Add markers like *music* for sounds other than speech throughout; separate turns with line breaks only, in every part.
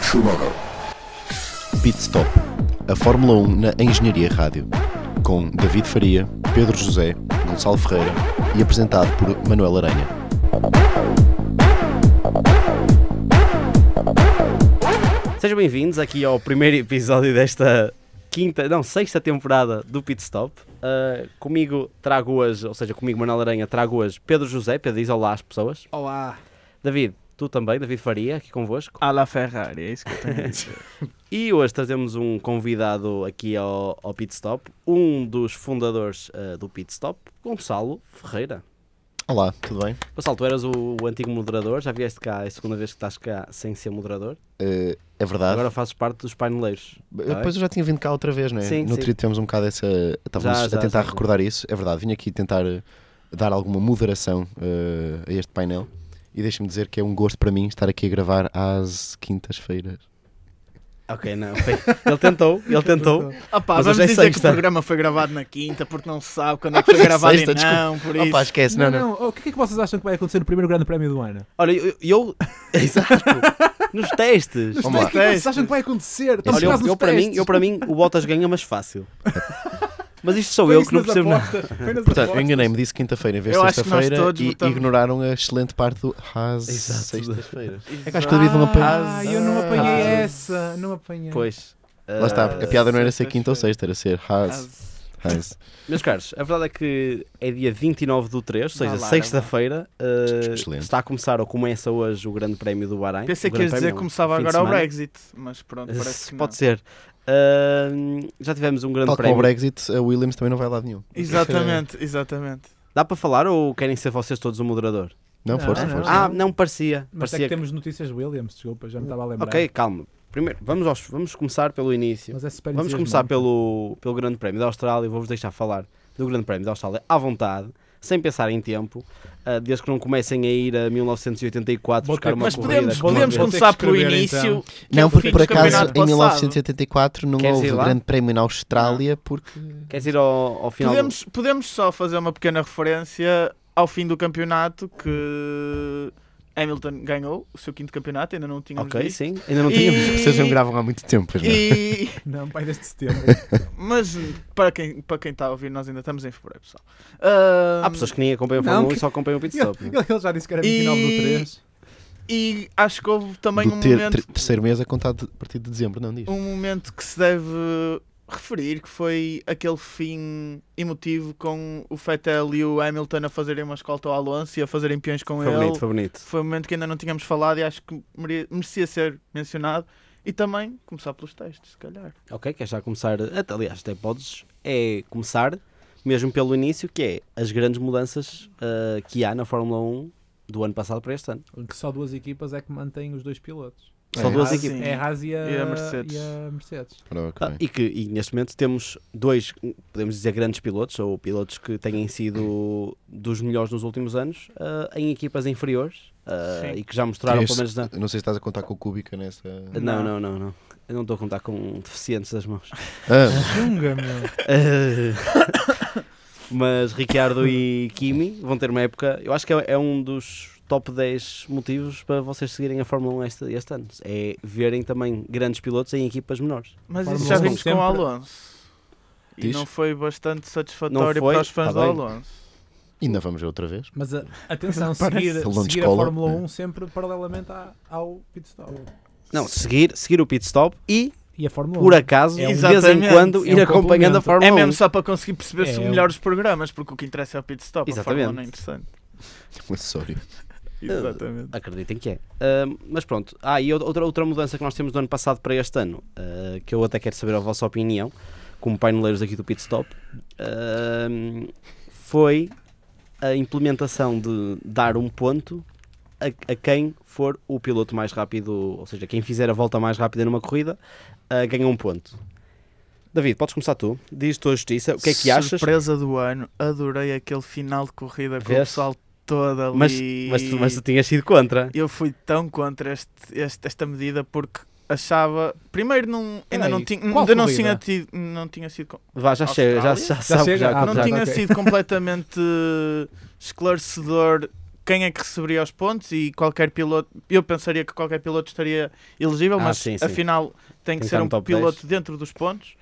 Schumacher.
Pit Stop, a Fórmula 1 na Engenharia Rádio, com David Faria, Pedro José, Gonçalo Ferreira e apresentado por Manuel Aranha.
Sejam bem-vindos aqui ao primeiro episódio desta quinta, não, sexta temporada do Pit Stop. Uh, comigo trago hoje, ou seja, comigo Manuel Aranha trago hoje Pedro José, Pedro diz olá às pessoas.
Olá.
David, tu também, David Faria, aqui convosco.
À la Ferrari, é isso que eu *laughs* tenho a dizer.
E hoje trazemos um convidado aqui ao, ao Pit Stop, um dos fundadores uh, do Pit Stop, Gonçalo Ferreira.
Olá, tudo bem?
Gonçalo, tu eras o, o antigo moderador, já vieste cá, é a segunda vez que estás cá sem ser moderador.
Eh, é verdade.
Agora fazes parte dos paineleiros. Tá
Eu- depois eu já tinha vindo cá outra vez, não é?
Sim,
no
sim.
trio tivemos um bocado essa. Estávamos
Já,
a
já,
tentar
já, já.
recordar isso, é verdade. Vim aqui tentar eh, dar alguma moderação eh, a este painel e deixa-me dizer que é um gosto para mim estar aqui a gravar às quintas-feiras.
Ok, não, ok. ele tentou,
*laughs*
ele tentou.
Opa,
Mas
vamos
hoje é
dizer que o
sexta.
programa foi gravado na quinta, porque não se sabe quando é que foi gravado
sexta,
e não, por isso.
Opa, esquece,
Não, não, O que é que vocês acham que vai acontecer no primeiro grande prémio do ano?
Olha, eu. eu- *laughs* Exato! Nos testes!
Vamos
o
lá.
que é que vocês acham que vai acontecer? Estamos
Olha, eu,
quase nos
eu para mim,
testes.
eu para mim o Bottas ganha, mas fácil. Mas isto sou
Foi
eu
isso
que não
nas
percebo nada.
apostas, foi nas
Portanto, eu
apostas.
enganei-me, disse quinta-feira em vez de
Eu acho que nós
sexta-feira
todos
e
votamos-
ignoraram a excelente parte do às
Exato.
sextas-feiras. É que acho que o David não apanha.
Ah, eu não apanhei
Ah,
essa. Não apanhei.
Pois.
Lá está, porque a piada não era ser quinta ou
sexta-feira.
sexta, era ser às. às.
Meus caros, a verdade é que é dia 29 do 3, ou seja,
Vá lá,
sexta-feira. eh,
Excelente.
está a começar ou começa hoje o Grande Prémio do Bahrein.
Pensei
O
que
Grande
ias dizer
Prémio,
que
não,
começava
fim de
agora o
semana.
Brexit, mas pronto, parece que não.
Pode ser. Ah, já tivemos um grande
Tal como
prémio.
o Brexit, a Williams também não vai lá de nenhum.
Exatamente, exatamente.
Dá para falar ou querem ser vocês todos o moderador?
Não,
Não,
força,
não.
força.
Ah, não parecia.
Mas é que
parecia
temos notícias Williams, desculpa, já me estava a lembrar.
Ok, calma. Primeiro, vamos, aos- vamos começar pelo início.
Mas é super
Vamos começar
entusiasmante.
pelo, pelo Grande Prémio da Austrália. Vou-vos deixar falar do Grande Prémio da Austrália à vontade, sem pensar em tempo, ah, desde que não comecem a ir a 1984
Vou
buscar
ter-
uma
Mas
Mas
corrida.
podemos,
podemos- podemos
com...
vou ter
começar
que
pelo
escrever,
início.
então.
que é eu
Não, porque
fiz
por
no
acaso
campeonato
em
passado.
1984 não
Queres ir
houve
lá?
grande prémio na Austrália porque.
Queres ir ao, ao final? do-
Podemos, podemos só fazer uma pequena referência ao fim do campeonato que Hamilton ganhou o seu quinto campeonato, ainda não tínhamos
Ok,
visto.
sim. Ainda não
E-
tínhamos.
Vocês não gravam há muito tempo, pois não?
E,
Não, pai, desde setembro.
Mas para quem, para quem está a ouvir, nós ainda estamos em fevereiro, pessoal. Ah,
Há pessoas que nem acompanham a
Não,
Fórmula 1 e
que-
*laughs* só acompanham o pit stop. não é?
ele, ele já disse que era 29
E-
do 3.
E acho que houve também
Do
um
ter-
momento,
ter- terceiro mês a contar de- a partir de dezembro, não diz?
um momento que se deve referir, que foi aquele fim emotivo com o Fettel e o Hamilton a fazerem uma escolta ao Alonso e a fazerem peões com
Foi
ele.
bonito, foi bonito.
Foi um momento que ainda não tínhamos falado e acho que mere- merecia ser mencionado. E também começar pelos textos, se calhar.
Ok, queres já começar? até- Aliás, até podes. É começar mesmo pelo início, que é as grandes mudanças ah, que há na Fórmula 1 do ano passado para este ano.
Que só duas equipas é que mantêm os dois pilotos.
Só
É,
duas
a,
ah,
equipas.
sim.
É a Haas e a,
E a Mercedes.
e a Mercedes.
Ora, ok.
Ah, e que e neste momento temos dois, podemos dizer, grandes pilotos, ou pilotos que têm sido dos melhores nos últimos anos, ah, em equipas inferiores ah,
Sim.
e que já mostraram,
Tens-
pelo menos. Na...
Não sei se estás a contar com o Kubica nessa.
Não, não, não, não. Eu não estou a contar com deficientes das
*laughs*
mãos.
Ah,
Chunga, meu.
Ah, Mas Ricciardo e Kimi vão ter uma época. Eu acho que é, é um dos top 10 motivos para vocês seguirem a Fórmula 1 este, este ano. É verem também grandes pilotos em equipas menores.
Mas
Fórmula
isso já
1
vimos com o
sempre-
Alonso. E
Diz?
não foi bastante
Não
satisfatório
foi?
para os fãs
Tá
do
bem.
Alonso.
ainda vamos ver outra vez. *laughs*
Mas a- atenção,
Parece-
seguir,
Salão de
seguir a
escola,
Fórmula
né?
1 sempre paralelamente à- ao pit stop.
Não, seguir, seguir o pit stop e,
E a Fórmula 1.
por acaso,
É
de
um-
vez em
Exatamente.
quando,
É
ir
um
acompanhando a
complemento.
Fórmula
É
1.
mesmo são para conseguir perceber se
É, é um-
melhor os programas, porque o que interessa é o pit stop.
Exatamente.
A Fórmula 1 não é interessante.
Acessório.
Exatamente.
Acreditem que é. Ahm, mas pronto, ah, e outra, outra mudança que nós temos do ano passado para este ano, ah, que eu até quero saber a vossa opinião, como paineleiros aqui do Pit Stop, ahm, foi a implementação de dar um ponto a, a quem for o piloto mais rápido, ou seja, quem fizer a volta mais rápida numa corrida, ah, ganha um ponto. David, podes começar tu. Diz tua justiça, o que é que achas?
Surpresa do ano, adorei aquele final de corrida com o
Vês?
pessoal todo ali.
Mas, mas, tu, mas tu tinhas sido contra.
Eu fui tão contra este, este- esta medida porque achava. Primeiro, não, ainda
Peraí,
não tinha.
qual
Ainda não
corrida?
tinha, tido, não tinha sido. com-
Vá, já chega, já,
Ah,
Austrália?
Ah, já, sabe que
chega?
já,
Ah,
*laughs*
não
já-
tá,
tinha
ok.
sido completamente esclarecedor quem é que receberia os pontos e qualquer piloto. Eu pensaria que qualquer piloto estaria elegível,
Ah,
mas
sim, sim.
afinal tem
Tem
que
que
ser
estar
um
no top
piloto
10.
dentro dos pontos.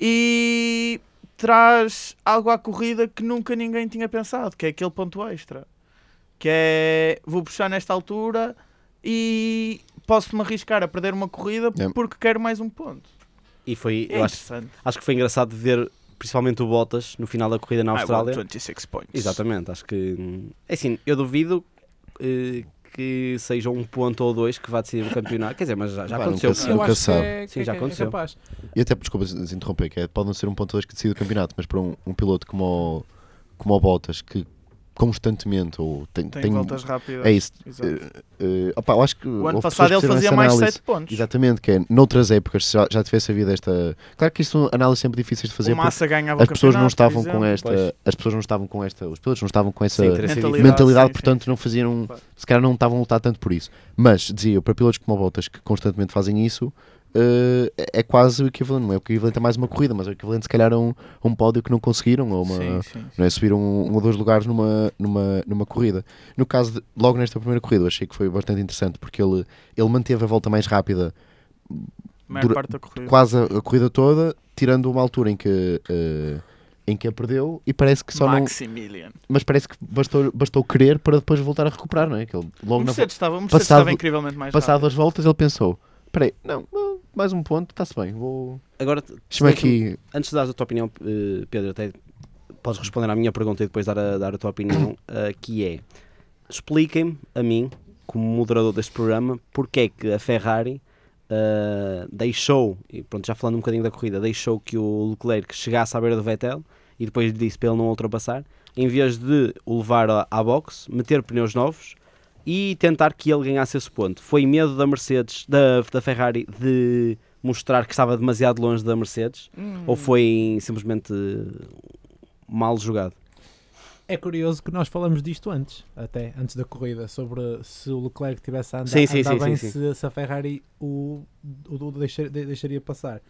E traz algo à corrida que nunca ninguém tinha pensado, que é aquele ponto extra. Que é vou puxar nesta altura e posso me arriscar a perder uma corrida
É.
porque quero mais um ponto.
E foi,
É
eu acho,
interessante.
acho que foi engraçado ver principalmente o Bottas no final da corrida
Ah, é
na Austrália.
26 pontos.
Exatamente, acho que. hum, É assim, eu duvido eh, que seja um ponto ou dois que vá decidir o campeonato. Quer dizer, mas já, já
Pá,
aconteceu.
nunca se-
Eu
nunca
acho
sabe.
que é,
Sim,
que é-
já
que é
aconteceu.
capaz.
E até, desculpa se- se interromper, que é, pode não ser um ponto 2 que decide o campeonato, mas para um, um piloto como o, como o Bottas, que constantemente ou tem,
Tem,
tem-
voltas rápidas.
é isso.
Exato.
eh, eh, opá, eu acho que
O ano
houve
passado
pessoas que
ele
fizeram
fazia
essa
mais
análise.
7 pontos.
Exatamente, que é noutras épocas se já, já tivesse havido esta. Claro que isto são análises sempre difíceis de fazer
o Massa ganhava
porque as
o
pessoas não
campeonato, por
estavam com esta.
exemplo.
Pois.
As pessoas não estavam com esta. Os pilotos não estavam com essa
Sim, teria sido
mentalidade.
diferente.
mentalidade,
sim,
portanto não faziam, um-
Claro.
se calhar não estavam a lutar tanto por isso. Mas dizia eu, para pilotos como o Bottas que constantemente fazem isso, eh, é- é quase o equivalente, não é o equivalente a mais uma corrida, mas é o equivalente se calhar a um, a um pódio que não conseguiram, ou uma,
Sim, sim, sim.
não é? Subiram um, um ou dois lugares numa, numa, numa corrida. No caso, de- logo nesta primeira corrida, eu achei que foi bastante interessante porque ele, ele manteve a volta mais rápida
A maior
dura-
parte da corrida.
quase a, a corrida toda, tirando uma altura em que. eh, em que a perdeu e parece que só não,
Maximilian.
mas parece que bastou, bastou querer para depois voltar a recuperar, não é? Que ele,
O
logo na,
Mercedes, estava, o Mercedes
passado-
estava incrivelmente mais
passado
rápido.
as voltas, ele pensou: peraí, não, não, mais um ponto, está-se bem, vou.
Agora,
Deixa-me aqui.
antes de dar a tua opinião, eh, Pedro, até podes responder à minha pergunta e depois dar a, dar a tua opinião, eh, que é expliquem-me a mim, como moderador deste programa, porque é que a Ferrari eh, deixou, e pronto, já falando um bocadinho da corrida, deixou que o Leclerc chegasse à beira do Vettel e depois lhe disse para ele não ultrapassar, em vez de o levar a- à box, meter pneus novos e tentar que ele ganhasse esse ponto. Foi medo da Mercedes, da, da Ferrari, de mostrar que estava demasiado longe da Mercedes
Hum.
ou foi simplesmente mal jogado?
É curioso que nós falamos disto antes, até antes da corrida, sobre se o Leclerc tivesse a andar,
Sim, sim,
andar
sim,
bem,
sim, sim.
Se, se a Ferrari o, o, o deixar- de- deixaria passar.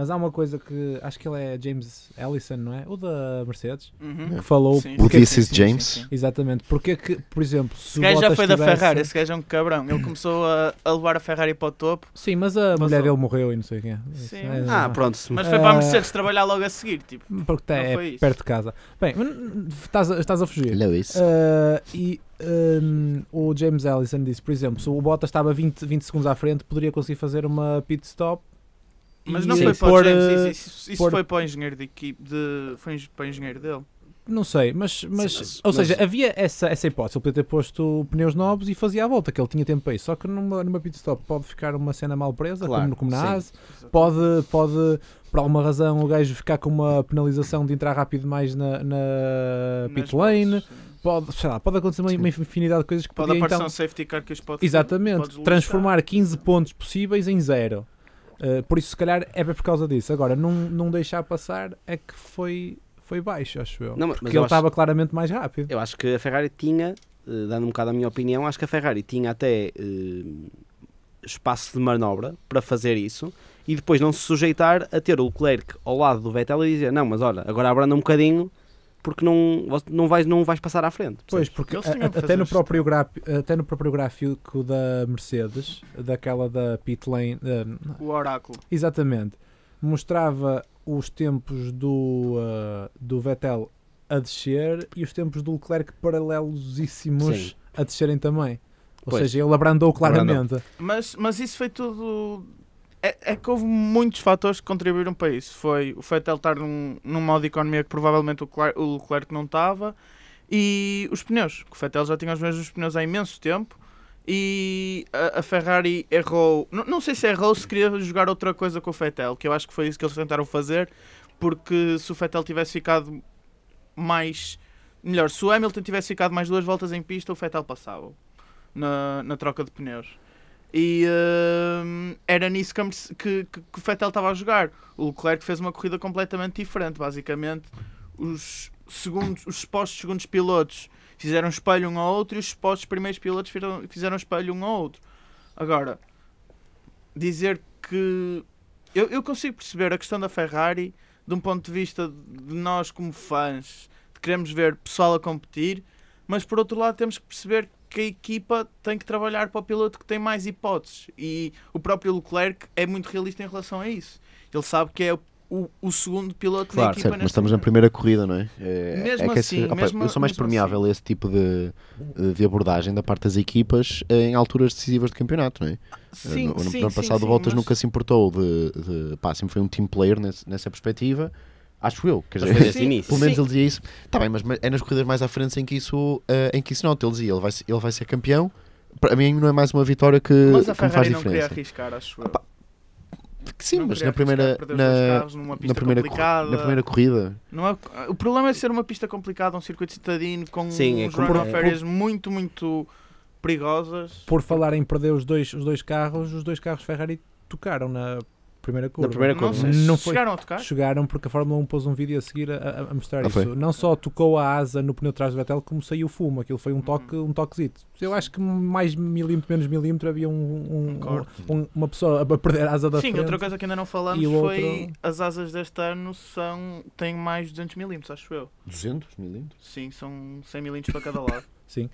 Mas há uma coisa que acho que ele é James Ellison, não é? O da Mercedes,
Uhum.
que falou
Sim,
É. O
sim,
This
sim,
is
sim,
James.
sim, sim.
exatamente porque é que, por exemplo, se
Esse
o
gajo já
Bottas
foi da
tivesse-
Ferrari, esse gajo é um cabrão. Ele começou a, a levar a Ferrari para o topo,
Sim, mas a
Mas
mulher
o-
dele morreu e não sei o quê. Isso
Sim.
é-
Ah, pronto. se-
mas foi para a
Ah.
Mercedes trabalhar logo a seguir. Tipo,
Porque tá-
Não
é
foi isso.
perto de casa. Bem, mas n- estás a, estás a fugir.
Lewis.
Ah, e hum, o James Ellison disse, por exemplo, se o Bottas estava 20, 20 segundos à frente, poderia conseguir fazer uma pit stop.
mas
e
não foi para o
pôr,
James,
ah,
isso, isso- isso
pôr-
foi para o engenheiro de equipe. De, foi eng- para o engenheiro dele.
Não sei, mas, mas,
Sim, mas-
ou seja,
mas-
havia essa, essa hipótese. Ele podia ter posto pneus novos e fazia a volta, que ele tinha tempo para isso. Só que numa, numa pit stop pode ficar uma cena mal presa,
Claro,
como, como
sim.
na ASE. Pode, pode, por alguma razão, o gajo ficar com uma penalização de entrar rápido mais na, na
Nas
pit
boxes,
lane.
sim.
Pode, sei lá, pode acontecer uma,
Sim.
uma infinidade de coisas que
Pode
podia,
aparecer
então,
um safety car que os pode podes
Exatamente,
lutar.
transformar 15 pontos possíveis em zero. Uh, por isso, se calhar, é por causa disso. Agora, não, não deixar passar é que foi, foi baixo, acho eu.
Não, mas
porque ele
eu acho-
estava claramente mais rápido.
Eu acho que a Ferrari tinha, eh, dando um bocado a minha opinião, acho que a Ferrari tinha até eh, espaço de manobra para fazer isso e depois não se sujeitar a ter o Leclerc ao lado do Vettel e dizer não, mas olha, agora abranda um bocadinho porque não, não, vais, não vais passar à frente.
Pois, porque
Eles
a-
tinham que
a-
fazer
até, no
isto.
próprio gráfico, até no próprio gráfico da Mercedes, daquela da pit lane, eh, da-
O oráculo.
Exatamente. Mostrava os tempos do, ah, do Vettel a descer e os tempos do Leclerc paralelosíssimos
Sim.
a descerem também. Ou
Pois.
seja, ele abrandou claramente.
Mas, mas isso foi tudo. É, é que houve muitos fatores que contribuíram para isso. Foi o Fettel estar num, num modo de economia que provavelmente o Leclerc, o Leclerc não estava e os pneus, que o Fettel já tinha os mesmos pneus há imenso tempo e a, a Ferrari errou. Não, não sei se errou se queria jogar outra coisa com o Fettel, que eu acho que foi isso que eles tentaram fazer, porque se o Fettel tivesse ficado mais. Melhor, se o Hamilton tivesse ficado mais duas voltas em pista, o Fettel passava na, na troca de pneus. E hum, era nisso que, a Merce- que- que- que o Fettel estava a jogar. O Leclerc fez uma corrida completamente diferente. Basicamente, os, segundos, os supostos segundos pilotos fizeram espelho um ao outro e os supostos primeiros pilotos fizeram, fizeram espelho um ao outro. Agora, dizer que. Eu, eu consigo perceber a questão da Ferrari de um ponto de vista de nós, como fãs, de queremos ver pessoal a competir, mas por outro lado temos que perceber que a equipa tem que trabalhar para o piloto que tem mais hipóteses e o próprio Leclerc é muito realista em relação a isso. Ele sabe que é o, o segundo piloto
Claro,
da equipa
Certo, mas
neste
estamos na
momento.
primeira corrida, não é? É-
Mesmo
é que
assim,
opa,
mesmo-
eu sou mais
mesmo
permeável a esse tipo de, de abordagem da parte das equipas eh, em alturas decisivas de campeonato, não é?
Sim,
no, no
sim,
ano
sim,
passado
sim,
o Bottas
mas-
nunca se importou de, de pá, sempre foi um team player nesse- nessa perspectiva. Acho eu, quer
Mas foi
dizer,
desde o início.
pelo menos
Sim.
ele dizia isso. Está bem, mas ma- é nas corridas mais à frente em que isso, eh, em que isso nota. Ele dizia, ele vai, se- ele vai ser campeão. Para mim não é mais uma vitória que,
Mas a
que me faz
Ferrari não queria
diferença.
arriscar, acho eu.
Opa, Sim,
Não
mas
queria
na primeira,
arriscar perder os dois
na,
carros numa pista
na, primeira, cor-
complicada.
na primeira corrida,
Não é- o problema é ser uma pista complicada, um circuito citadino com
Sim, é
uns
com-
runoff
é-
areas muito, muito perigosas.
Por falar em perder os dois, os dois carros, os dois carros Ferrari tocaram na primeira curva.
primeira
Não
curva.
sei se
Não foi-
chegaram a tocar.
Chegaram porque a Fórmula 1 pôs um vídeo a seguir a, a- a mostrar
Ah,
isso.
foi?
Não só tocou a asa no pneu de trás do Vettel, como saiu o fumo. Aquilo
Uhum.
foi um toque, um toquezito. Eu acho que mais milímetro, menos milímetro, havia um, um-
Um corte.
um- uma pessoa a perder a asa da
Sim,
frente.
outra coisa que ainda não falamos
E o
foi
outro-
as asas deste ano são têm mais 200 milímetros, acho eu.
200 milímetros.
Sim, são 100 milímetros para cada lado.
Sim.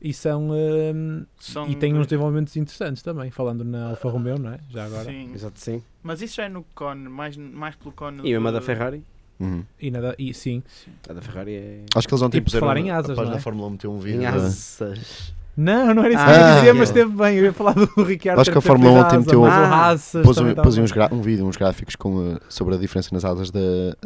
E são. hum,
São
e tem uns
dois-
desenvolvimentos interessantes também, falando na Alfa Romeo, não é? Já agora.
Sim.
Exato, sim.
Mas isso já é no cone, mais, mais pelo cone.
E mesmo a da
de-
Ferrari.
E, nada, e sim.
A da Ferrari é.
Uhum. Acho que eles ontem
E por
puseram
falar em
a-
asas,
a página
não é?
da Fórmula 1 meteu um vídeo.
Em
da-
asas.
Não, não era isso
Ah,
que eu ia dizer,
ok.
mas esteve bem. Eu ia falar do Ricardo.
Acho que
ter
a Fórmula 1
perdido asa,
ontem meteu-
mas o
Ah,
Haas
Pôs,
também
um,
estava
pôs aí
bem.
uns gra- um vídeo, uns gráficos com, uh, sobre a diferença nas asas da,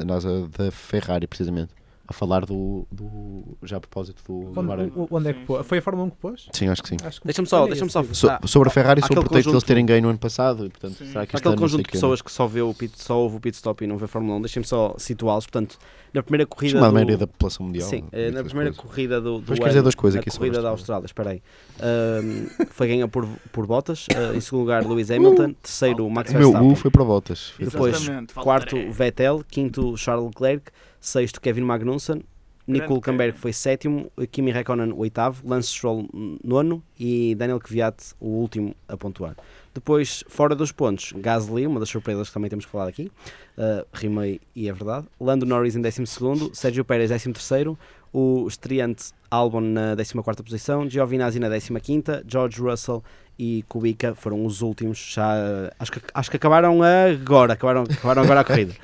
na asa da Ferrari, precisamente. A falar do. do- já a propósito do. do
Onde,
barulho.
o- onde é que
Sim,
pôs?
sim.
Foi a Fórmula 1 que pôs?
Sim, acho que sim.
Acho que
Deixa-me só,
olha
deixa
esse.
só.
So-
ah,
sobre a Ferrari, sobre
aquele
o pretexto de eles
conjunto-
terem ganho no ano passado. E, portanto,
Sim.
será que este
Aquele
ano não sei é.
conjunto de
quê,
pessoas que só vê o pit, só ouve o pit stop e não vê Fórmula 1, deixem-me só situá-los. Portanto, na primeira
não?
corrida.
Chamada a
do-
maioria da população mundial.
Sim, eh, na
muitas
primeira
coisas.
corrida do, do
Depois queres dizer
ano,
duas coisas
a
aqui sobre
corrida
esta
da
coisa.
Austrália, espera aí. Ahm, *laughs* foi ganha por, por Bottas, eh, em segundo lugar Lewis Hamilton, terceiro Max
O meu
Verstappen,
U foi para Bottas. Foi para
depois,
Exatamente,
quarto
Valtteri.
Vettel, quinto Charles Leclerc, sexto Kevin Magnussen, Nico Hülkenberg foi sétimo, Kimi Räikkönen oitavo, Lance Stroll n- nono e Daniel Kvyat o último a pontuar. Depois, fora dos pontos, Gasly, uma das surpresas que também temos que falar aqui, uh, rimei e é verdade, Lando Norris em décimo segundo, Sérgio Pérez décimo terceiro, o estreante Albon na 14ª posição, Giovinazzi na 15ª, George Russell e Kubica foram os últimos, já, eh, acho, que, acho que acabaram agora, acabaram, acabaram agora
*laughs*
a corrida.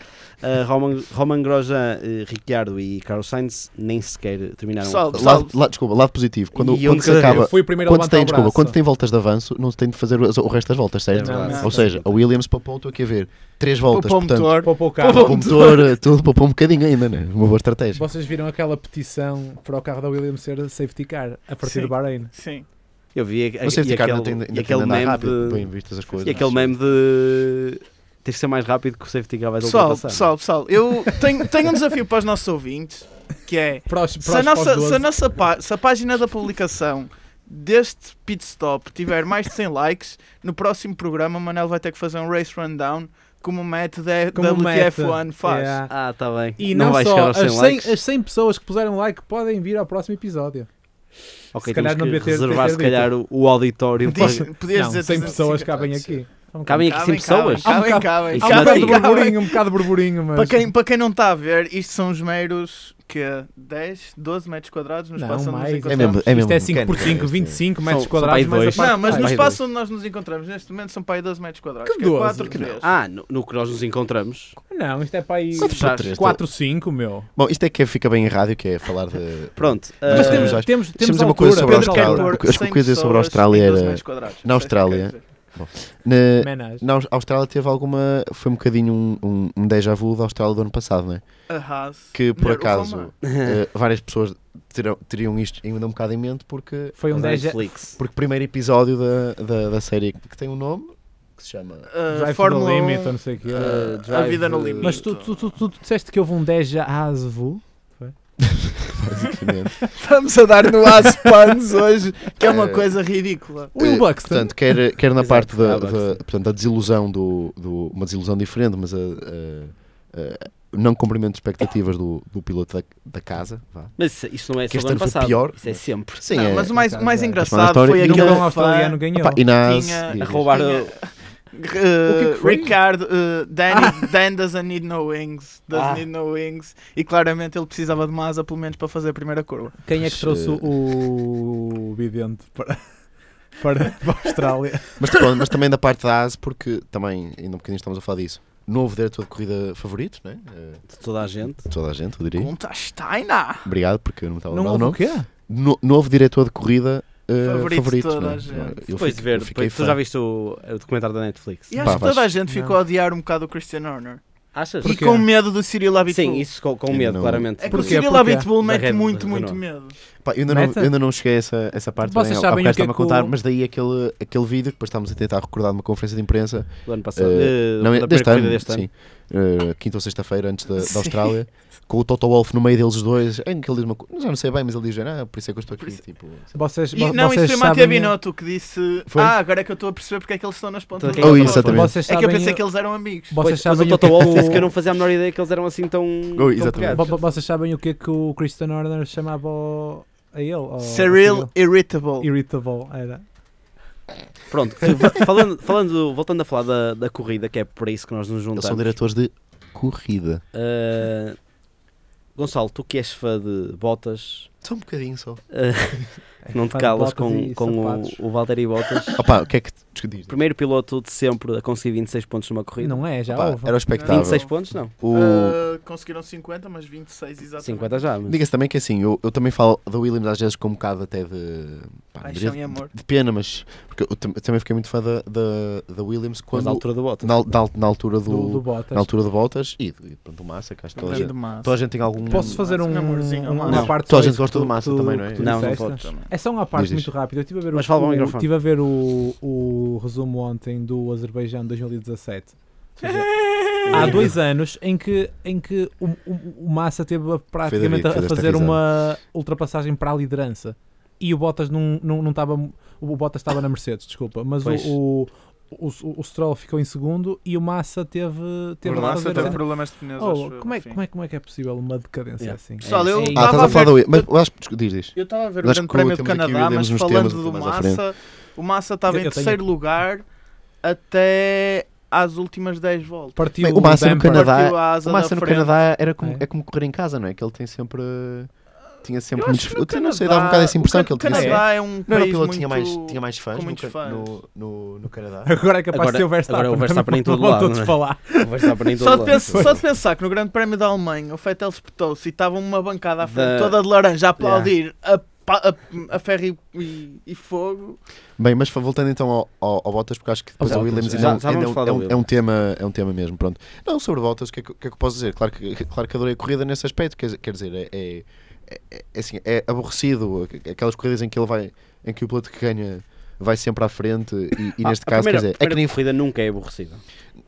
Eh, Roman, Roman Grosjean, eh, Ricciardo e Carlos Sainz nem sequer terminaram. a
Pessoal,
corrida.
Lado, lado- desculpa, lado positivo. Quando,
E
quando
onde
se
cada-
acaba.
Eu fui o primeiro a
Quando se
levantar
tem,
o
desculpa,
braço.
quando se tem voltas de avanço, não se tem de fazer as- o resto das voltas, certo?
É verdade.
Ou seja, a Williams poupou o teu que a ver. Três voltas,
Poupa o
portanto,
motor.
Poupou o
Poupou
carro.
o motor, eh, tudo poupou um bocadinho ainda, né? Uma boa estratégia.
Vocês viram aquela petição para o carro da Williams ser safety car a partir
Sim.
de Bahrein?
Sim.
Eu vi a- a-
Não sei
e
se
aquele,
Ricardo ainda
e
tem de
aquele
andar
meme
rápido,
de-
bem vistas as coisas.
e aquele meme de tens que ser mais rápido que o safety car vai
Pessoal,
é?
ultrapassar.
pessoal, pessoal, eu tenho, tenho um desafio para os nossos ouvintes, que é
Para os, para
se a
os
nossa,
pós-12,
se a nossa pá- se a página da publicação deste pit stop tiver mais de 100 likes, no próximo programa o Manel vai ter que fazer um race rundown como o Matt da
como
WTF1
meta.
faz.
Yeah.
Ah, tá bem.
E não,
vai chegar
só,
aos 100
as 100,
likes.
as 100 pessoas que puseram like podem vir ao próximo episódio.
Ok,
se
temos
calhar não
que
devia ter-
reservar,
ter
se calhar, o,
*laughs*
o auditório para...
Diz- podias
não, 100
dizer 300,
pessoas
150.
cabem aqui. Há um
Cabem aqui 100 pessoas?
Há um
Cabem, cabem,
bocado- há um
Isso Cabem,
bocado
cabem,
de
cabem.
cabem.
burburinho, um bocado de burburinho, mas...
Para
É
quem, para quem não está a ver, isto são os meros que 10, 12 metros quadrados no
Não,
espaço onde nos
mais.
É
encontramos.
mesmo, é mesmo
Isto é
mecânica,
5x5,
este.
25 metros
São- são
quadrados,
para aí
mais a
dois.
parte
Não, mas
de
no
trás.
espaço onde nós nos encontramos neste momento são para aí 12 metros quadrados.
Que
Que é
12?
4 que 3.
Ah, no, no que nós nos encontramos.
Não, isto é para aí
Quantos
por três?
4, 5, meu.
Bom, isto é que fica bem em rádio, que é falar de.
Pronto.
Mas
Mas
ah,
temos,
Eh, acho-
temos,
temos
temos
uma
altura,
coisa sobre a
temos
Austrália.
altura.
que eu queria dizer sobre a Austrália era- na Austrália. Na,
Menage.
na Aus- Austrália teve alguma. Foi um bocadinho um, um, um déjà vu da Austrália do ano passado, não é? Que por acaso eh, várias pessoas terão- teriam isto ainda um bocado em mente, porque
Foi um
da
10
Netflix.
Porque o primeiro episódio da, da, da série que tem um nome que se chama.
*laughs*
Drive to
uh, Fórmula
the limit,
1,
ou não sei o quê.
Ah,
a
Drive,
vida no
eh,
limite.
Mas tu, tu, tu, tu disseste que houve um 10 asvo.
basicamente.
Estamos a dar no Aspans hoje, que é uma
Eh,
coisa ridícula.
Will
Eh,
Buxton.
portanto, quer, quer na
Exato,
parte da,
ah,
da- portanto, da desilusão do, do. Uma desilusão diferente, mas a. a- a- não cumprimento de expectativas do, do piloto da, da casa. Vá.
Mas isso, isso não é
Que
só
este
do ano
ano foi
passado.
pior.
Isso é sempre.
Sim,
Não,
é.
mas o mais, o mais
Mas
engraçado
história-
foi
Nunca
aquele
Nunca um
fã-
australiano ganhou.
Epá, e nas,
tinha-
diz,
A
diz.
roubar
Tinha-
o-
eh,
que que foi? Ah.
Ricardo, eh, Danny, *laughs* Dan doesn't need no wings. Doesn't
Ah.
need no wings. E claramente ele precisava de uma asa, pelo menos, para fazer a primeira curva.
Quem é que
Pois,
trouxe
eh,
o vidente para, para, para a Austrália?
Mas, pronto, mas também da parte da ASE, porque também, ainda um bocadinho estamos a falar disso. Novo diretor de corrida favorito, né? Eh,
de toda a gente.
de toda a gente, eu diria.
Conta Steiner!
Obrigado, porque eu não estava a
Não
lembrar do
houve o
nome.
quê?
No- novo diretor de corrida eh,
Favorito de
favorito.
toda
né?
a gente.
Eu
depois de
fico-
ver,
eu fiquei
depois, tu
fã.
já viste o, o documentário da Netflix?
E acho
Pá,
que toda a
vais-
gente ficou a odiar um bocado o Christian Horner.
Achas?
Porquê?
E com medo do Cyril Abitbol.
Sim, isso com, com
Eu
medo,
não-
claramente.
É que o
Porquê?
Porque-
Cyril
Porquê?
Abitbol
Da
mete
Red-
muito,
da
muito
Renault.
medo.
Pá, eu ainda, não,
Meta?
eu ainda não cheguei a essa, essa parte.
Vocês
bem, há
sabem
bocado
o que é
estava a
que o-
contar, mas daí aquele, aquele vídeo que depois estávamos a tentar recordar numa conferência de imprensa.
do ano passado.
eh,
Eh,
não,
da
deste ano,
primeira corrida deste ano.
sim. Eh, quinta ou sexta-feira antes da, da
Sim.
Austrália, com o Toto Wolff no meio deles os dois, em que ele diz uma coisa, já não sei bem, mas ele diz, ah, por isso é que eu estou
Por
aqui.
isso-
Tipo,
Vocês,
E,
vo-
não, isso
vocês
foi
sabem,
Matia Binotto que disse:
Foi?
Ah, agora é que eu estou a perceber porque é que eles estão nas pontas
Porque
da
é que
bola."
eles estão nas
Então, Vocês
É que eu
sabem-
pensei que eles eram amigos.
Vocês
Pois, mas
sabem
o
o que
Toto Wolff
é
disse que
*laughs*
um eu
que
não fazia a menor ideia que eles eram assim tão.
Oh,
tão
exatamente.
Vo-
pegados.
vo- Vocês sabem o que é que o Christian Horner chamava ao- a ele? ao- ao
Cyril
Cyril?
Irritable.
Irritable, era.
Pronto, eh, *laughs* falando, falando, voltando a falar da, da corrida, que é para isso que nós nos
eles
juntamos.
são diretores de corrida.
eh, Gonçalo, tu que és fã de botas,
Só um bocadinho só.
É
Ah, não
que
te
faz
calas
botas
com,
e
com
sapatos.
o, o Valtteri Bottas,
*laughs* Opa, o que é que discutir?
primeiro piloto de sempre a conseguir 26 pontos numa corrida.
Não é, já houve.
Era o espectável.
26 pontos? Não.
O-
Ah, conseguiram 50, mas 26 exatamente.
50 já. Mas...
Diga-se também que assim, eu, eu também falo da Williams às vezes com um bocado até de. pá, não diria
Paixão e amor.
de pena, mas. Porque eu tam- também fiquei muito fã da, da, da Williams
Mas
quando.
na altura do Bottas.
na al- da al- na altura do.
do, do Bottas.
na altura de Bottas e, e pronto, do Massa, que acho que toda a gente, toda a gente tem algum.
Posso fazer um,
Um amorzinho,
uma
amor.
parte
Toda
só
a gente
isso
gosta
que
do
tu-
Massa
tu-
também,
que
não é?
tu
Não, não
disseste?
podes.
É só uma parte
Diz, diz.
muito rápida. Eu estive a ver,
Mas
o,
fala para o
o,
microfone.
tive a ver o, o resumo ontem do Azerbaijão 2017. Ou
*laughs*
seja, Há dois anos em que, em que o, o- o Massa teve a- praticamente
David, foi
a
desta
fazer
risada.
uma ultrapassagem para a liderança e o Bottas não, não, não estava. O Bottas estava na Mercedes, desculpa, mas o,
Pois.
o, o- o Stroll ficou em segundo e o Massa teve. teve
O
a
Massa
fazer-
teve problemas de pneus.
Oh,
acho eu,
como, é,
enfim.
como, é, como é que é possível uma decadência
Yeah.
assim?
Pessoal, eu
É- é
Ah, estás a
Estava a
falar da
ver-
Williams. Mas eu acho que diz, diz.
Eu estava a ver o
Nós
Grande
crua,
Prémio do
temos aqui
Canadá, mas
Williams nos
falando
temas um
do
bocadinho mais à
Massa, o Massa estava
Eu-
em
eu tenho
terceiro
aqui.
lugar até às últimas 10 voltas.
Partiu
Bem, o Massa no
Bamper.
Canadá-
Partiu a asa
O Massa
da
no
frente.
Canadá era como,
É.
é como correr em casa, não é? Que ele tem sempre. uh, Tinha sempre
Eu
muitos.
acho que
Eu
no
tenho- não sei,
Canadá-
dava um bocado essa impressão
o
que ele tinha.
Canadá
sempre.
é um
Não era o
país
piloto que tinha mais,
muito-
tinha mais fãs,
com
no,
muitos
ca-
fãs.
No, no, no Canadá.
Agora é capaz
Agora-
de ser o Verstappen.
agora é o Verstappen em
não-
todo
não
lado,
vou todos
não é?
falar.
Vai estar para em todo
Só de,
lado.
pensar, só de pensar que no Grande Prémio da Alemanha o Fettel espetou-se e estava uma bancada à frente
Da-
toda de laranja a aplaudir a, pa- a- a ferro e, e- e fogo.
Bem, mas voltando então ao, ao, ao Bottas, porque acho que depois
Ao
o
Bottas,
Williams
já-
ainda, é um-
já vamos
ainda é um-
falar do
é, um, é, um
Williams.
tema, é um tema mesmo, pronto. Não, sobre Bottas, o que é que, o que é que eu posso dizer? Claro que, claro que adorei a corrida nesse aspecto, quer, quer dizer, é, é, é- é assim, é aborrecido, aquelas corridas em que ele vai, em que o piloto que ganha vai sempre à frente e, e
Ah,
neste
a
caso,
primeira,
quer dizer, é
a
que nem,
primeira corrida nunca é aborrecida.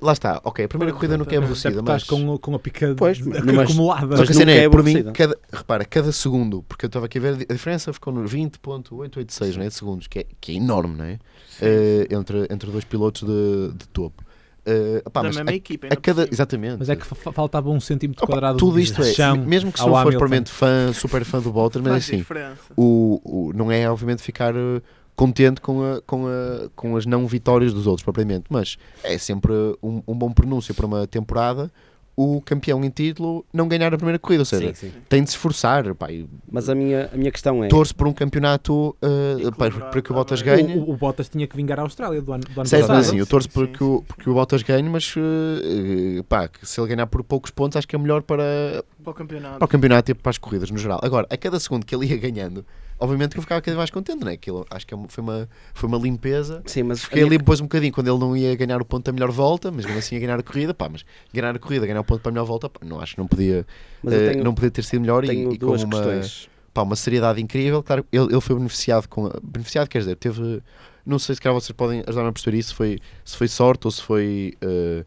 lá está, ok, a primeira corrida nunca é aborrecida,
Sempre
mas...
estás com, com a pica
Pois,
de-
mas- mas-
acumulada.
Só que a
nunca
cena
é
é, por mim,
aborrecida.
cada, repara, cada segundo, porque eu estava aqui a ver, a diferença ficou no 20.886 né, de segundos, que é, que é enorme, não é? Eh, entre, entre dois pilotos de, de topo. Eh, opá,
da
mas
mesma
a, a
equipa. ainda por
cada,
cima.
exatamente.
Mas é que fa- faltava um centímetro
Opá,
quadrado
tudo
de
isto é,
chão
me- mesmo que se
ao
não fores
Hamilton.
propriamente fã, super fã do Walter, mas
Faz
assim,
diferença.
o, o- não é obviamente ficar eh, contente com, a- com a- com as não vitórias dos outros, propriamente, mas é sempre eh, um, um bom pronúncio para uma temporada o campeão em título não ganhar a primeira corrida, ou seja,
Sim, sim.
tem de se esforçar, pá, e
Mas a minha, a minha questão é.
torço por um campeonato uh,
E
pá,
colaborar
para que o
também.
Bottas
O,
ganhe.
o- o Bottas tinha que vingar a Austrália do ano, do ano
Certo,
passado.
mas assim, eu torço
Sim,
porque,
sim,
o,
sim.
porque o Bottas ganhe, mas uh, uh, pá, que se ele ganhar por poucos pontos, acho que é melhor para,
Para o campeonato.
para o campeonato e para as corridas no geral. Agora, a cada segundo que ele ia ganhando, obviamente que eu ficava cada vez mais contente, não é? Aquilo, acho que é uma- foi uma, foi uma limpeza.
Sim, mas
Fiquei
a minha-
ali depois um bocadinho quando ele não ia ganhar o ponto da melhor volta, mas mesmo assim ia ganhar a corrida, pá, mas ganhar a corrida, ganhar o ponto para a melhor volta, pá, não acho que não podia,
mas eu
uh,
tenho,
não podia ter sido melhor e-
tenho
e, com
duas
uma,
questões.
pá, uma seriedade incrível. Claro, ele, ele foi beneficiado com. Beneficiado, quer dizer, teve. Não sei se calhar vocês podem ajudar-me a perceber isso, se foi, se foi sorte ou se foi. eh,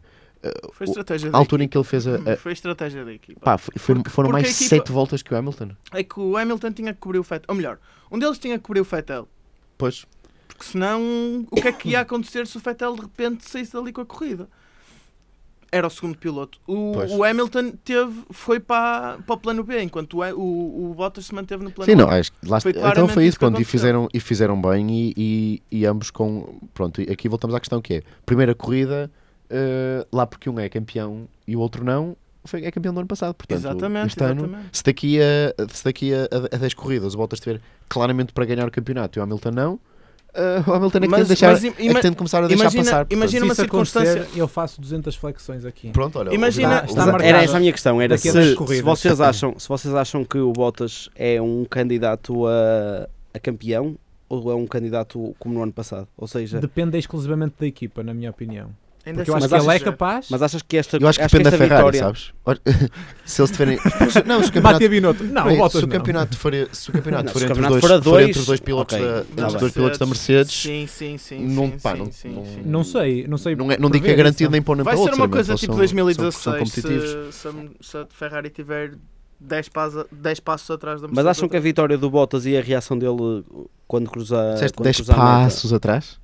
Foi estratégia
a
da
altura em
equipa.
que ele fez a. a-
Hum, Foi estratégia da equipa.
É. pá, foi- foi- foram
é porque
mais
a equipa-
7 voltas que o Hamilton.
É que o Hamilton tinha que cobrir o Fettel. Ou melhor, um deles tinha que cobrir o Fettel.
Pois.
Porque senão, o que é que ia acontecer se o Fettel de repente saísse dali com a corrida? era o segundo piloto. O,
Pois.
o Hamilton teve, foi para, para o plano B, enquanto o, o, o Bottas se manteve no plano
Sim,
A.
não, acho que lá
Foi
está- então
claramente
foi
isso
isso,
que
pronto, e
aconteceu.
fizeram, e fizeram bem e, e- e ambos com, pronto, e aqui voltamos à questão que é, primeira corrida, eh, lá porque um é campeão e o outro não, foi, é campeão do ano passado, portanto,
Exatamente,
este ano,
exatamente.
se daqui a, se daqui a, a, a 10 corridas o Bottas estiver claramente para ganhar o campeonato e o Hamilton não, eh, o Hamilton é que, tem
Mas-
de deixar,
mas im-
é que tem de começar a deixar
imagina-
passar. portanto.
imagina-
Se
uma
isso acontecer,
circunstância-
eu faço 200 flexões aqui.
Pronto, olha,
Imagina-
o- o-
Está
o-
marcado.
Era essa a minha questão, era
Daqui
se,
a duas
se
corridas.
vocês acham, se vocês acham que o Bottas é um candidato a, a campeão ou é um candidato como no ano passado? Ou
é.
seja,
Depende exclusivamente da equipa, na minha opinião.
Ainda
Porque eu
assim,
acho
Mas
que ele é
achas-
capaz.
mas achas que esta,
eu acho que
acho
depende da
esta
Ferrari,
vitória
sabes? Ora, *laughs* se eles tiverem... Não, se o campeonato
Matia Binotto. Não,
Bem,
o Bottas
se o
não.
campeonato for, se o campeonato
Não,
for
se o
entre os
campeonato
dois,
for a
for entre
dois,
os dois pilotos,
ok,
da,
tá
entre os
bem.
dois pilotos da Mercedes,
Sim, sim, sim.
não,
sim,
pá,
sim,
não-
sim,
não-
sim.
Não sei, não sei.
não, é, não digo que é
prever
garantido
isso.
nem para um nem
Vai
para
ser
outro.
uma
obviamente,
coisa
eles
tipo
são- são- são
2016,
competitivos.
se, se, se a Ferrari tiver 10 passos, 10 passos atrás da
Mas
Mercedes
acham que é a vitória do Bottas e a reação dele quando cruza,
Disseste
quando
10
cruza a meta,
passos atrás?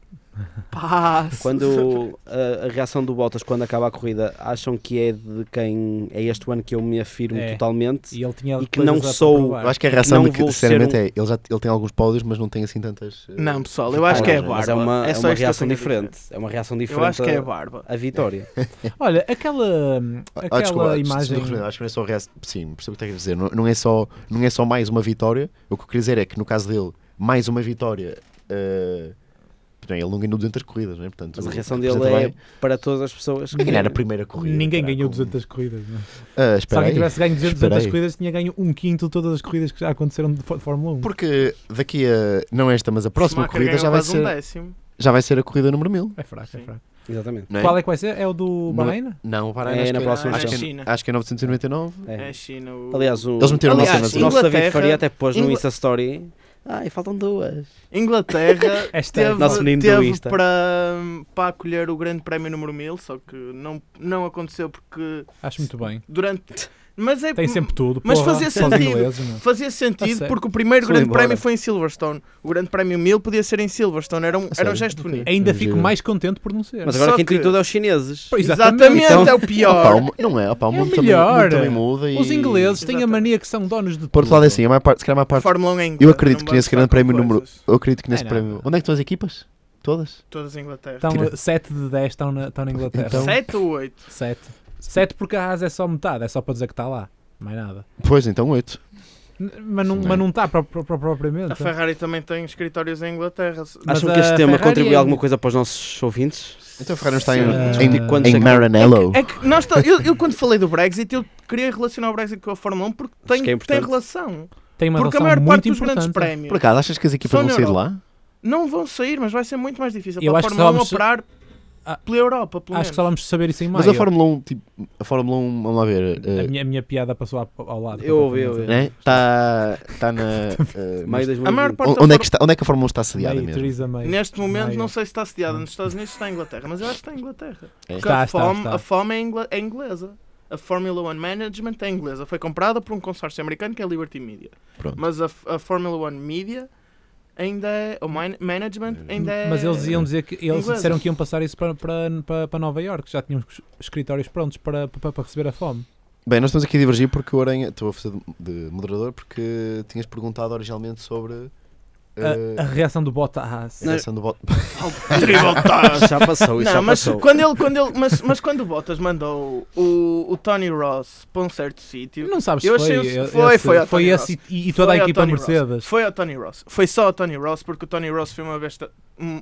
Passo.
*laughs* quando a, a reação do Bottas quando acaba a corrida, acham que é de quem é este ano que eu me afirmo
É.
totalmente?
E ele tinha
E que
coisas
não
a
sou-
provar.
Eu acho que a reação
Não
de que,
vou ser
sinceramente,
um-
é. Ele, já, ele tem alguns pódios, mas não tem assim tantas. eh,
*laughs* Não, pessoal, eu acho que é
Mas
Mas
barba.
é uma, é uma
só isto que eu
reação
tenho a
diferente. É uma reação
dizer.
diferente
Eu acho que é
a,
barba.
a vitória.
É.
Olha, aquela, aquela
Ah, desculpa, isto-
imagem.
isto- acho que não é só reação. Sim, percebo o que estás a dizer. Não, não é só, não é só mais uma vitória. O que eu queria dizer é que, no caso dele, mais uma vitória. eh, bem, ele não ganhou 200 corridas, não é? Portanto,
Mas a reação
representa
dele é
bem.
para todas as pessoas.
Quem era a primeira corrida?
Ninguém
caralho,
ganhou
com-
200 corridas. Não? é?
Ah,
Se
espera
alguém
aí.
tivesse ganho 200,
espera
200
aí.
corridas, tinha ganho um quinto de todas as corridas que já aconteceram de Fó- de Fórmula 1.
Porque daqui a. Não esta, mas a próxima
Schumacher
corrida
ganhou
já vai,
quase um
ser,
décimo.
já vai ser a corrida número 1000.
É fraco, é
Sim.
fraco.
Exatamente.
Não é?
Qual é que vai ser? É o do
Não-
Bahrein?
Não, para
É
acho
na
que
próxima
acho, que
semana.
é, acho que é 999.
É.
É a China. o-
Aliás, o,
Eles meteram assim.
Aliás,
a nossa
o
na
nosso David
Inglaterra-
Faria até pôs no
Ingl-
Insta Story. Ai, faltam duas. *laughs*
Inglaterra
Esta
teve,
É, Nosso menino do
teve
Insta.
para, para acolher o grande prémio número 1000, só que não, não aconteceu porque
Acho muito bem.
durante... Mas é...
Tem sempre tudo.
Mas
porra,
fazia
só os
sentido.
ingleses, não é?
Fazia
Tá
sentido
certo.
porque o primeiro
Fui
grande
embora.
prémio foi em Silverstone. O grande prémio 1000 podia ser em Silverstone. Era um, era um
sério?
gesto bonito.
é? Ainda
Mas,
fico
eh,
mais contente por não ser.
Mas agora
Só
quem tem
que-
tudo é os chineses.
Pois,
Exatamente,
Então-
é o
Opa,
pior.
o mu- não é, opa, o
É o melhor.
mundo, também, o mundo também muda. E...
Então, Os ingleses têm a
Exatamente.
mania que são donos de tudo.
Por outro lado, é assim, a maior parte, se calhar a maior parte.
Fórmula 1 é inglesa,
Eu acredito
não
que nesse
vamos
grande
falar
prémio
com
número.
coisas.
Eu acredito que nesse
É, não.
prémio. Onde é que estão as equipas? Todas?
Todas em Inglaterra.
Então,
Tira.
7 de 10 estão na, estão na Inglaterra.
Então-
7 ou 8.
7. 7 porque a Haas é só metade, é só para dizer que está lá. Mais nada.
Pois, então 8.
N- Mas não,
Sim.
mas não está pro- pro- pro- propriamente.
A Ferrari também tem escritórios em Inglaterra. Se-
Mas
Acham que
a
este tema
Ferrari
contribui
é-
alguma coisa para os nossos ouvintes?
Então a Ferrari não está em,
Sim, discutir
em,
quando
em
chegar-
Maranello.
É que nós ta- eu, eu quando falei do Brexit, eu queria relacionar o Brexit com a Fórmula 1 porque tem,
que é
tem
importante.
relação.
Tem uma
porque
relação
a maior
muito
parte dos grandes
importante.
prémios
Por acaso, achas que as equipas
Só
vão
na
sair de
Europa.
lá?
não vão sair, mas vai ser muito mais difícil
Eu
para
acho
a
que
Fórmula
só
1
vamos-
operar
Ah,
pela Europa, pelo
Acho que
menos.
só vamos saber isso em maio.
Mas a Fórmula 1, tipo, a Fórmula 1, vamos lá ver.
A
eh,
minha, a minha piada passou ao, ao lado.
Eu ouvi, eu
completamente.
ouvi.
Está tá na. eh,
Meio
mas-
2020.
A maior parte-
onde, onde é que está, onde é que a Fórmula 1 está assediada
May,
mesmo?
Theresa May.
Neste momento
Maio.
não sei se está sediada nos Estados Unidos, se está em Inglaterra, mas eu acho que está em Inglaterra.
É.
Porque
Hum. Está,
a,
está,
fome,
está.
a fome é, ingla- é inglesa. A Fórmula 1 Management é inglesa. Foi comprada por um consórcio americano que é a Liberty Media.
Pronto.
Mas a, F- a Fórmula 1 Media ainda é. O min- Management ainda é.
Mas eles iam dizer que eles
Inglesa.
disseram que iam passar isso para, para, para, para Nova York, já tinham os escritórios prontos para, para, para receber a fome.
Bem, nós estamos aqui a divergir porque o Aranha. Estou a fazer de- de moderador porque tinhas perguntado originalmente sobre.
Ah,
eh,
A, a reação do Bottas.
a reação do Bot-
*laughs*
Triple touch.
Já passou, isso
Não,
já
mas
passou.
quando, ele, quando ele, mas, mas quando o Bottas mandou o, o Tony Ross para um certo sítio,
Não sabes
Eu
se foi,
achei o-
esse-
foi- foi ao
foi
Tony
esse e, e toda a
Foi ao
equipa
Tony Ross.
Mercedes.
Foi ao Tony Ross. Foi só ao Tony Ross, porque o Tony Ross foi uma vez. ta- um-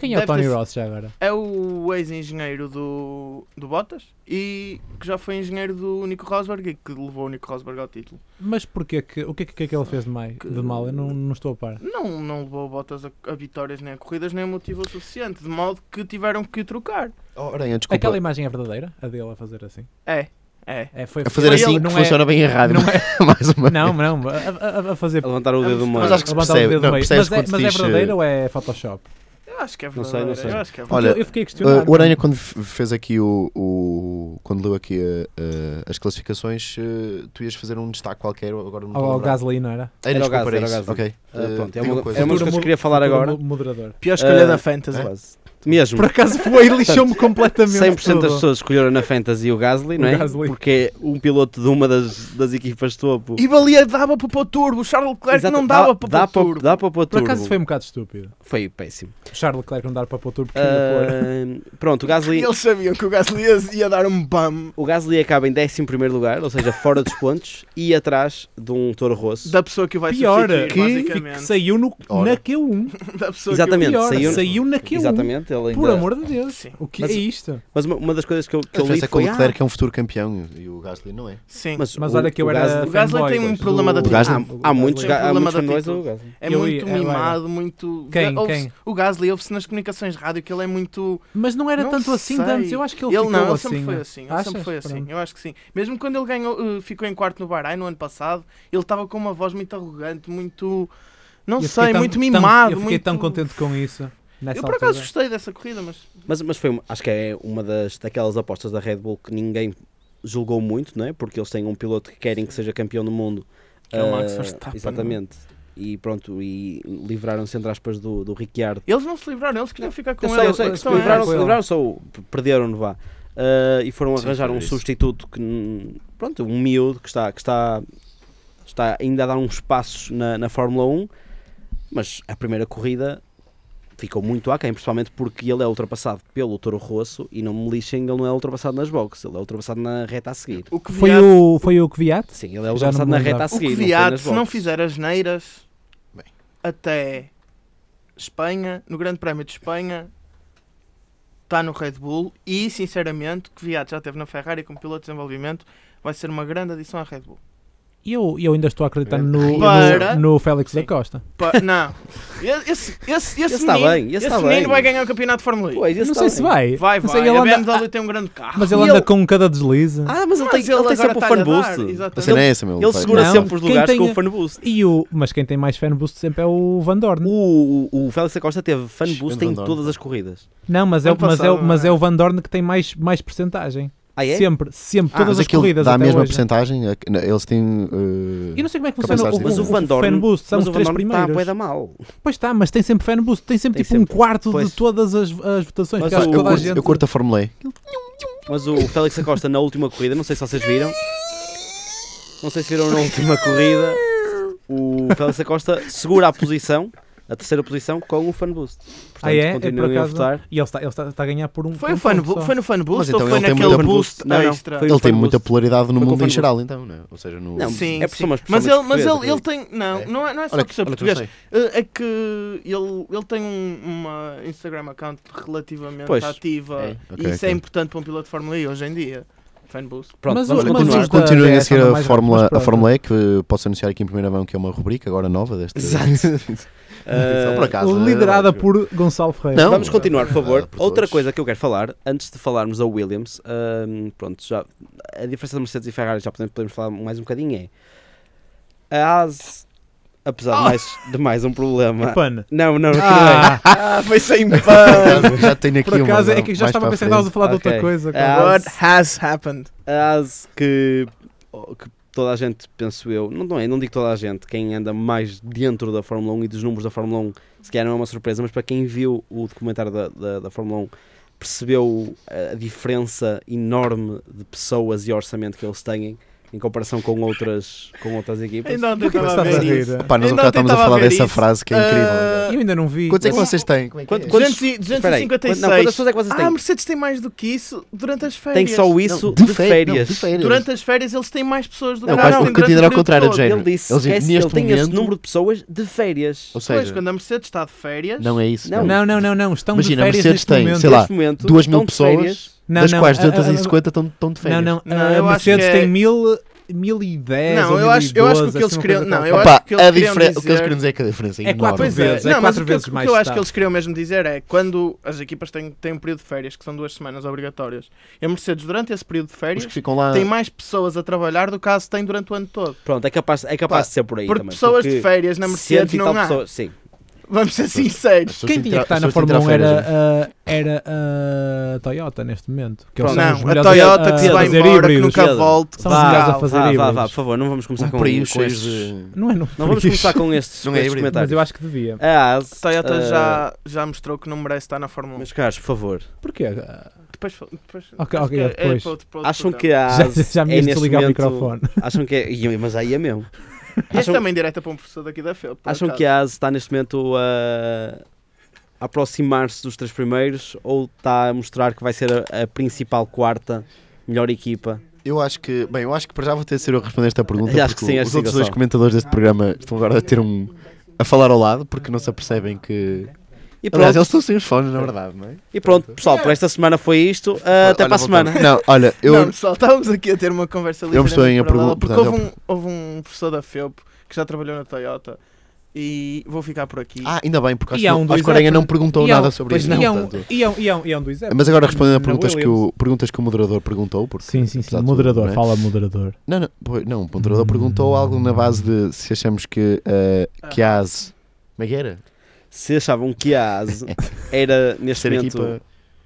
Quem é o
Deve
Tony
ter-
Ross já agora?
É o ex-engenheiro do, do Bottas e que já foi engenheiro do Nico Rosberg e que levou o Nico Rosberg ao título.
Mas porquê que, o que é que, que é que ele fez de, mai-
Que-
de mal? Eu não, não estou a par.
Não, não levou o Bottas a, a vitórias nem a corridas, nem a motivo o suficiente, de modo que tiveram que o trocar.
*laughs* Oh, Aranha, desculpa.
Aquela imagem é verdadeira? A dele a fazer assim?
É, é.
É, foi,
A fazer
foi
assim
ele,
que
não é-
funciona bem a rádio.
não é
*laughs* mais uma
Não, não, a, a- a
*laughs*
fazer.
A levantar o dedo humano.
Mas acho que se
levantar o
percebe.
dedo
Não,
no meio.
percebes
mas, é,
quando se
mas é
diz, eh,
verdadeiro ou é Photoshop?
Eu acho que é
Não sei,
verdadeiro.
não sei.
Eu acho que é
Olha,
verdadeiro.
eu fiquei a
Uh,
questionar.
o Aranha, quando f- fez aqui o. o- quando leu aqui uh, uh, as classificações, uh, tu ias fazer um destaque qualquer. Agora não
Ao, ao Gasly, não era?
Era,
Era o
desculpa, era
Gasly, era o
isso.
Gasly.
Ok.
Ah,
Uh,
pronto, é
diga
uma,
coisa.
é uma das coisas que eu queria falar
Futuro
agora.
mo- Moderador.
Pior
escolha da
Fantasy.
Quase. Mesmo.
Por acaso foi e lixou-me completamente.
100% das
tudo.
pessoas escolheram na Fantasy o Gasly, não
O
é?
Gasly.
Porque é um piloto de uma das, das equipas topo.
E Balia dava para pôr turbo, o Charles Leclerc
Exato,
não dava
dá-
para
dá
pôr
para-
turbo.
Dá para
Por
pôr turbo.
acaso foi um bocado estúpido.
Foi
*laughs*
péssimo.
O Charles Leclerc não dar para pôr turbo porque
Eh,
ia pôr.
Ah, pronto, o Gasly,
Eles sabiam que o Gasly ia, ia dar um bam
o Gasly acaba em 11 lugar, ou seja, fora dos pontos, e atrás de um Toro Rosso.
da pessoa que o vai
Pior,
substituir,
que,
basicamente.
que saiu no,
Ora.
na Q1.
Da pessoa que o-
Exatamente,
Pior,
saiu-
saiu, na Q1.
Exatamente, ele ainda...
Por amor de Deus.
Sim.
O que
Mas-
é isto?
Mas uma, uma das coisas que eu,
A
que eu li
diferença é que o
foi... ah,
Leclerc é um futuro campeão e o Gasly não é.
Sim.
mas,
Mas
o-
olha que eu
o
era.
Gasly-
O Gasly
fanboy
tem um
depois.
problema da
O Gasly- é um
Há, há muitos,
Gasly.
ga- há muitos
um Problema da
fanboys do
atitude.
Gasly.
É
Eu
muito
ia- ela
mimado, muito.
Quem,
ouve-se-
quem?
O Gasly ouve-se nas comunicações de rádio que ele é muito.
Mas não era
Não
tanto assim
sei.
de antes. Eu acho que ele,
Ele,
ficou
não, ele
assim.
sempre foi assim. Ele sempre
Achas?
foi assim.
Pronto.
Eu acho que sim. Mesmo quando ele ganhou, eh, ficou em quarto no Bahrein no ano passado, ele estava com uma voz muito arrogante, muito. Não
Eu fiquei
sei,
tão-
muito
tão-
mimado.
Eu fiquei
muito...
tão contente com isso. Nessa
Eu por acaso
altura.
gostei dessa corrida, mas.
Mas, mas foi, uma- acho que é uma das, daquelas apostas da Red Bull que ninguém julgou muito, não é? Porque eles têm um piloto que querem que seja campeão do mundo.
Que é o Max
Ah,
Verstappen,
Exatamente. E pronto, e livraram-se, entre aspas, do, do Ricciardo.
Eles não se livraram, eles queriam ficar com
Eu
ele.
sei, eu
a
sei,
questão
se
é
livraram-
essa.
livraram-se,
essa.
livraram-se ou p- perderam-no, vá. Ah, e foram
Sim,
arranjar
foi
um
isso.
substituto que, n- pronto, um miúdo que está, que está, está ainda a dar uns passos na, na Fórmula 1, mas a primeira corrida ficou muito aquém, principalmente porque ele é ultrapassado pelo Toro Rosso e não me lixem, ele não é ultrapassado nas boxes, ele é ultrapassado na reta a seguir.
O que
Foi
Viat-
o, foi o Kvyat?
Sim, ele é
não
ultrapassado
me
na
lembrava.
reta a
O
seguir.
que
não foi
viado,
nas
se não
boxes.
fizer as neiras
Bem.
até Espanha, no Grande Prémio de Espanha, está no Red Bull e, sinceramente, que viado já teve na Ferrari como piloto de desenvolvimento, vai ser uma grande adição à Red Bull.
E eu, eu ainda estou a acreditar no,
Para.
no, no Félix
Sim.
da Costa.
Pa- não, esse, esse, esse,
Esse tá
menino,
bem, esse tá
menino
bem.
vai ganhar o campeonato de Fórmula 1.
Pois, esse é.
não
está
sei
bem.
se vai.
Vai,
Não
vai.
sei, ele
a
anda-
BMW tem um grande carro.
Mas ele
E
anda
ele-
com cada deslize.
Ah, mas ele tem, ele
Mas ele
tem
agora
sempre o
está-lhe
fan
a dar,
boost.
A
exatamente.
cena é essa mesmo.
Ele
vai.
segura
Não,
sempre os
quem
lugares
tem
com
a-
o fan boost.
E o, mas quem tem mais fan boost sempre é o Van Dorn.
O, o, o Félix Acosta teve fan boost
Van
em
Dorn.
todas as corridas.
Não, mas é, o-
Ano
mas, é, o-
passado,
mas
não
é o Van Dorn que tem mais, mais percentagem.
Ah, é?
Sempre, sempre,
Ah,
todas
Mas
as
aquilo
corridas
dá a
até
mesma
hoje.
porcentagem. é Eles têm. uh,
Eu não sei como é que
Capaz
funciona
de
o,
estar
Mas o,
o,
Van Dorn,
fan boost, são
mas
os
o Van
três
Dorn está a
primeiros.
bué da mal.
Pois está, mas tem sempre fan boost, tem sempre
Tem
tipo
sempre.
um quarto
Pois.
de todas as, as votações.
Mas
que acho
o-
que
eu,
toda a
curto,
gente...
eu curto a Fórmula E.
Mas o Félix Acosta na última corrida, não sei se vocês viram. Não sei se viram na última corrida. O Félix Acosta segura a posição, a terceira posição, com o fan boost. Portanto,
Ah, é? É por
continuem a
acaso?
votar.
E ele está, ele está, está a ganhar por um
Foi,
por
o
um
fan
ponto
bu-
só.
foi no fan boost
Mas então
ou foi
ele tem
naquele
muita-
boost
Não, não,
extra?
foi-
Ele tem
fan
muita
boost.
polaridade no
Foi com
mundo
fan
em geral, então, não é? Ou seja, no.
Não,
Sim,
é por ser uma expressão
Mas ele, mas
portuguesa,
ele, ele tem. Não,
É.
não é, não é só
Olha,
por ser
olha que
português.
eu sei.
Eh, É que ele, ele tem um, uma Instagram account relativamente
Pois.
ativa
É.
e
Ok,
isso é
ok.
importante para um piloto de Fórmula E hoje em dia. Fanboost.
Pronto,
Mas
vamos
o- mas
continuar.
os da-
Continuem a
PS
seguir
anda
a
mais
Fórmula,
rápido,
a
mas
Fórmula E, que posso anunciar aqui em primeira mão que é uma rubrica agora nova deste.
Exato.
Só por
Ah,
acaso,
Liderada
é-
por Gonçalo Ferreira.
Não.
Vamos continuar, por favor.
Ah, por
Outra
todos.
coisa que eu quero falar, antes de falarmos da Williams, hum, pronto, já, a diferença de Mercedes e Ferrari já podemos, podemos falar mais um bocadinho é a Haas, apesar de, mais, de mais um problema.
Pana.
Não, não, não.
Ah,
Ah, foi sem
*laughs* Já tenho aqui
por acaso
uma.
é que eu já
mais
estava a
para
pensar
a
que estavas a
frente.
falar de outra
Ok.
coisa.
Ah,
claro.
What has happened?
A Haas que, oh, que toda a gente, penso eu, não, não, é, não digo toda a gente, quem anda mais dentro da Fórmula 1 e dos números da Fórmula 1, se calhar não é uma surpresa, mas para quem viu o documentário da, da, da Fórmula 1, percebeu eh, a diferença enorme de pessoas e orçamento que eles têm em comparação com outras, com outras equipas.
Ainda ontem
Por que é que
estava a
estás a
ver
rir?
isso.
Pá, nós
Ainda
um bocado
ontem
estamos a
estava a
falar
ver
dessa
isso.
frase que é incrível.
Ah,
Eu ainda não vi.
Quantos é que
mas-
vocês têm?
Quanto-
é
Quantos-
quantos-
200
espera aí, quanto-
256.
não, quantas pessoas é que vocês
ah, a
têm?
Mercedes tem mais do que isso durante as
Tem
férias.
só isso
Não,
de,
fe-
férias.
não, de férias.
Durante as férias eles têm mais pessoas do
Não,
que
quase
não,
que eu
durante
considero ao
o período
contrário,
todo.
de género.
Ele disse
Eles
que
dizem,
esse-
neste
ele tem esse
momento-
número de pessoas de férias.
Ou
Pois,
seja,
quando a Mercedes está de férias,
não é isso.
Não.
Não, não, não, não. Estão
Imagina, a
de férias
Mercedes
neste
tem,
momento.
sei lá,
Neste momento,
2 mil
estão de férias.
pessoas,
Não,
das
não,
quais
a- a-
250 estão estão de
Não,
férias.
não.
Não, eu
a
acho que
Mercedes
é-
tem mil, 1010
Não,
ou
eu acho- eu acho que
1012,
o que eles
assim, uma
queriam-
coisa
não, eu
qualquer.
acho
Opa,
que eles
a diferen-
queriam
o que eles
dizer-
querem dizer é que a diferença é,
É quatro
enorme.
Pois é,
vezes, é
não, mas
quatro
o que, eu-
vezes
o que
mais
eu acho
tarde.
que eles queriam mesmo dizer é quando as equipas têm, têm um período de férias, que são duas semanas obrigatórias, e a Mercedes, durante esse período de
Os
férias,
que ficam
Ah.
lá.
tem mais pessoas a trabalhar do que a tem durante o ano todo.
Pronto, é capaz, é capaz
Pá,
de ser por aí
Porque
também.
pessoas de
porque
férias na
cento
Mercedes
e
não
tal
há.
pessoas- Sim.
Vamos ser
pessoas-
sinceros.
pessoas
Quem tinha
têm
que
tirar-
estar na
pessoas têm
Fórmula 1
tirar férias, né?
era, a- era a Toyota neste momento. Que eles
Pronto.
são
Não,
os
a
melhores
Toyota
a-
que se
a
vai
fazer
embora, que
híbridos.
nunca
Pedro.
volte.
São os melhores a
Portugal.
fazer
Vá, vá,
híbridos.
vá, por favor, não vamos começar
Um
com,
Prius
com
cheios
estes.
de-
Não é no
Não vamos começar com estes,
Não
com
é
estes
híbrido,
Mas
comentários. É
eu acho que devia.
A
A
AS,
Toyota
eh,
Então, já, já mostrou que não merece estar na Fórmula 1.
Meus caros, por favor,
Porquê? Ah,
Depois, fal- depois,
Ok,
acho
ok,
que é-
depois.
é para outro- para outro
acham que
programa.
a
Já,
AS
já me
é
ias
neste
ligar
momento-
o microfone.
*laughs* Acham que é. Ih, Mas aí é mesmo.
Este
acham-
também direta para um professor daqui da FEL. por
Acham
acaso.
que a AS está neste momento a a aproximar-se dos três primeiros ou está a mostrar que vai ser a, a principal quarta melhor equipa?
Eu acho que, bem, eu acho que para já vou ter de ser eu a responder esta pergunta,
Acho que
porque
sim, acho
os
que
outros
sim,
dois
Gonçalo.
comentadores deste programa estão agora a ter um a falar ao lado porque não se apercebem que.
E pronto,
Aliás, eles estão sem os fones, na verdade, não é?
e pronto pessoal, por esta semana foi isto. Ah, até
Olha,
para a
voltando.
semana.
Não, olha,
é-
eu
Não, pessoal, estávamos aqui a ter uma conversa
Eu me estou em
ligeiramente
a
paralela,
pergun-
Porque
portanto,
houve um, houve um professor da FEUP que já trabalhou na Toyota e vou ficar por aqui.
Ah, ainda bem, porque
E
acho que
há
o
um
Vasco
dois
Aranha
anos.
não perguntou
E há um-
nada sobre
pois
isso.
não. E é um-
portanto.
E é um- e é um- e é um do exemplo.
Mas agora respondendo a
Na
perguntas que, o,
Williams.
perguntas que o moderador perguntou, porque
Sim, sim,
apesar
sim.
de tudo,
Moderador,
não é?
fala moderador.
Não, não, pois, não, o ponturador perguntou algo na base de se achamos que, eh, que a ASE. Como é que era?
Se achavam que a
*laughs*
AS era neste
Ser
momento.
equipa.